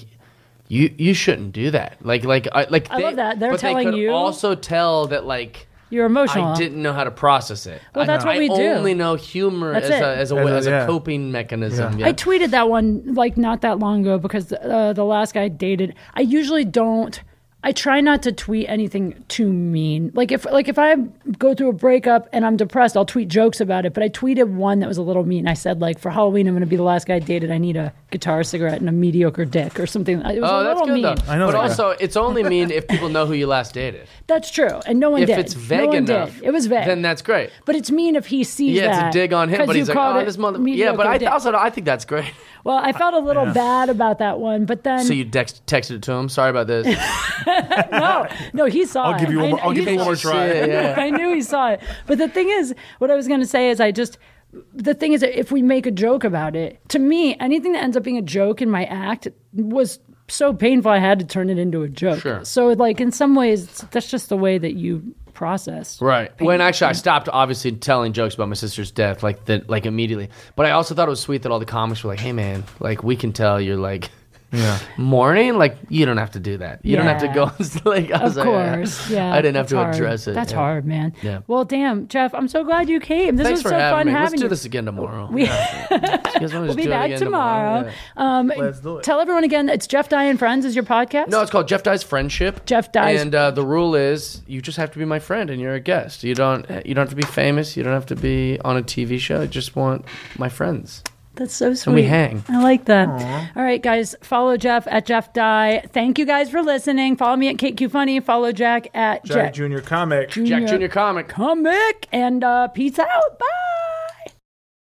Speaker 2: You, you shouldn't do that. Like like I like
Speaker 1: I love that. They're
Speaker 2: but
Speaker 1: telling
Speaker 2: they could
Speaker 1: you-
Speaker 2: also tell that like
Speaker 1: you're emotional.
Speaker 2: I didn't know how to process it.
Speaker 1: Well,
Speaker 2: I-
Speaker 1: that's what
Speaker 2: I
Speaker 1: we do.
Speaker 2: only know humor
Speaker 1: That's
Speaker 2: as a,
Speaker 1: it.
Speaker 2: as a
Speaker 3: As
Speaker 2: way-
Speaker 3: a-
Speaker 2: as a
Speaker 3: yeah.
Speaker 2: coping mechanism.
Speaker 3: Yeah.
Speaker 2: yeah.
Speaker 1: I tweeted that one like not that long ago because uh, the last guy I dated. I usually don't. I try not to tweet anything too mean. Like if like if I go through a breakup and I'm depressed, I'll tweet jokes about it. But I tweeted one that was a little mean. I said like for Halloween, I'm going to be the last guy I dated. I need a guitar, a cigarette, and a mediocre dick or something. It was a
Speaker 2: Oh, that's
Speaker 1: little
Speaker 2: good
Speaker 1: mean.
Speaker 2: though.
Speaker 3: I know
Speaker 2: but
Speaker 3: that guy.
Speaker 2: also, it's only mean if people know who you last dated.
Speaker 1: That's true, and no one
Speaker 2: If
Speaker 1: did.
Speaker 2: it's vague
Speaker 1: no one
Speaker 2: enough,
Speaker 1: did. It was vague.
Speaker 2: Then that's great.
Speaker 1: but it's mean if he sees
Speaker 2: Yeah,
Speaker 1: that.
Speaker 2: it's a dig on him,
Speaker 1: 'cause
Speaker 2: but
Speaker 1: you
Speaker 2: he's like,
Speaker 1: called
Speaker 2: oh,
Speaker 1: it
Speaker 2: this mother. Yeah,
Speaker 1: mediocre
Speaker 2: but I
Speaker 1: dick.
Speaker 2: also I think that's great.
Speaker 1: well, I felt a little bad about that one, but then
Speaker 2: So you dex- texted it to him. Sorry about this.
Speaker 1: no, no, he saw
Speaker 3: I'll
Speaker 1: it.
Speaker 3: give you
Speaker 1: I
Speaker 3: one. more-
Speaker 1: kn-
Speaker 3: I'll give
Speaker 1: he
Speaker 3: you one
Speaker 1: saw
Speaker 3: more
Speaker 1: it.
Speaker 3: try.
Speaker 2: Yeah, yeah.
Speaker 1: I knew he saw it. But the thing is, what I was going to say is, I just the thing is, that if we make a joke about it, to me, anything that ends up being a joke in my act was so painful. I had to turn it into a joke.
Speaker 2: Sure.
Speaker 1: So, like in some ways, that's just the way that you process.
Speaker 2: Right. When actually I stopped obviously telling jokes about my sister's death like that like immediately. But I also thought it was sweet that all the comics were like, "Hey man, like we can tell you're like
Speaker 3: Yeah.
Speaker 2: morning, like you don't have to do that. You don't have to
Speaker 1: Yeah.
Speaker 2: go. It's like, I
Speaker 1: Of
Speaker 2: was like, ah.
Speaker 1: course, yeah.
Speaker 2: I didn't have
Speaker 1: that's
Speaker 2: to
Speaker 1: hard.
Speaker 2: address it.
Speaker 1: That's
Speaker 2: yeah.
Speaker 1: hard, man.
Speaker 2: Yeah.
Speaker 1: Well, damn, Jeff, I'm so glad you came. This
Speaker 2: Thanks
Speaker 1: was
Speaker 2: for
Speaker 1: so fun
Speaker 2: having me. Let's
Speaker 1: having
Speaker 2: do
Speaker 1: you.
Speaker 2: this again tomorrow.
Speaker 1: We-
Speaker 2: Yeah. You guys wanna just
Speaker 1: We'll be
Speaker 2: do it
Speaker 1: back
Speaker 2: again
Speaker 1: tomorrow.
Speaker 2: Yeah.
Speaker 1: Um,
Speaker 3: Let's do it.
Speaker 1: Tell everyone again. It's Jeff Die and Friends is your podcast.
Speaker 2: No, it's called Jeff Dye's Friendship.
Speaker 1: Jeff Dye's-
Speaker 2: and uh, the rule is you just have to be my friend, and you're a guest. You don't you don't have to be famous. You don't have to be on a TV show. I just want my friends.
Speaker 1: That's so sweet.
Speaker 2: And we hang.
Speaker 1: I like that. All right, guys, follow Jeff at Jeff Die. Thank you guys for listening. Follow me at Kate Q Funny. Follow Jack at
Speaker 3: Jack
Speaker 1: Jack
Speaker 3: Junior comic.
Speaker 2: Jack
Speaker 1: Junior.
Speaker 2: Junior Comic.
Speaker 1: Comic. And uh, peace out. Bye.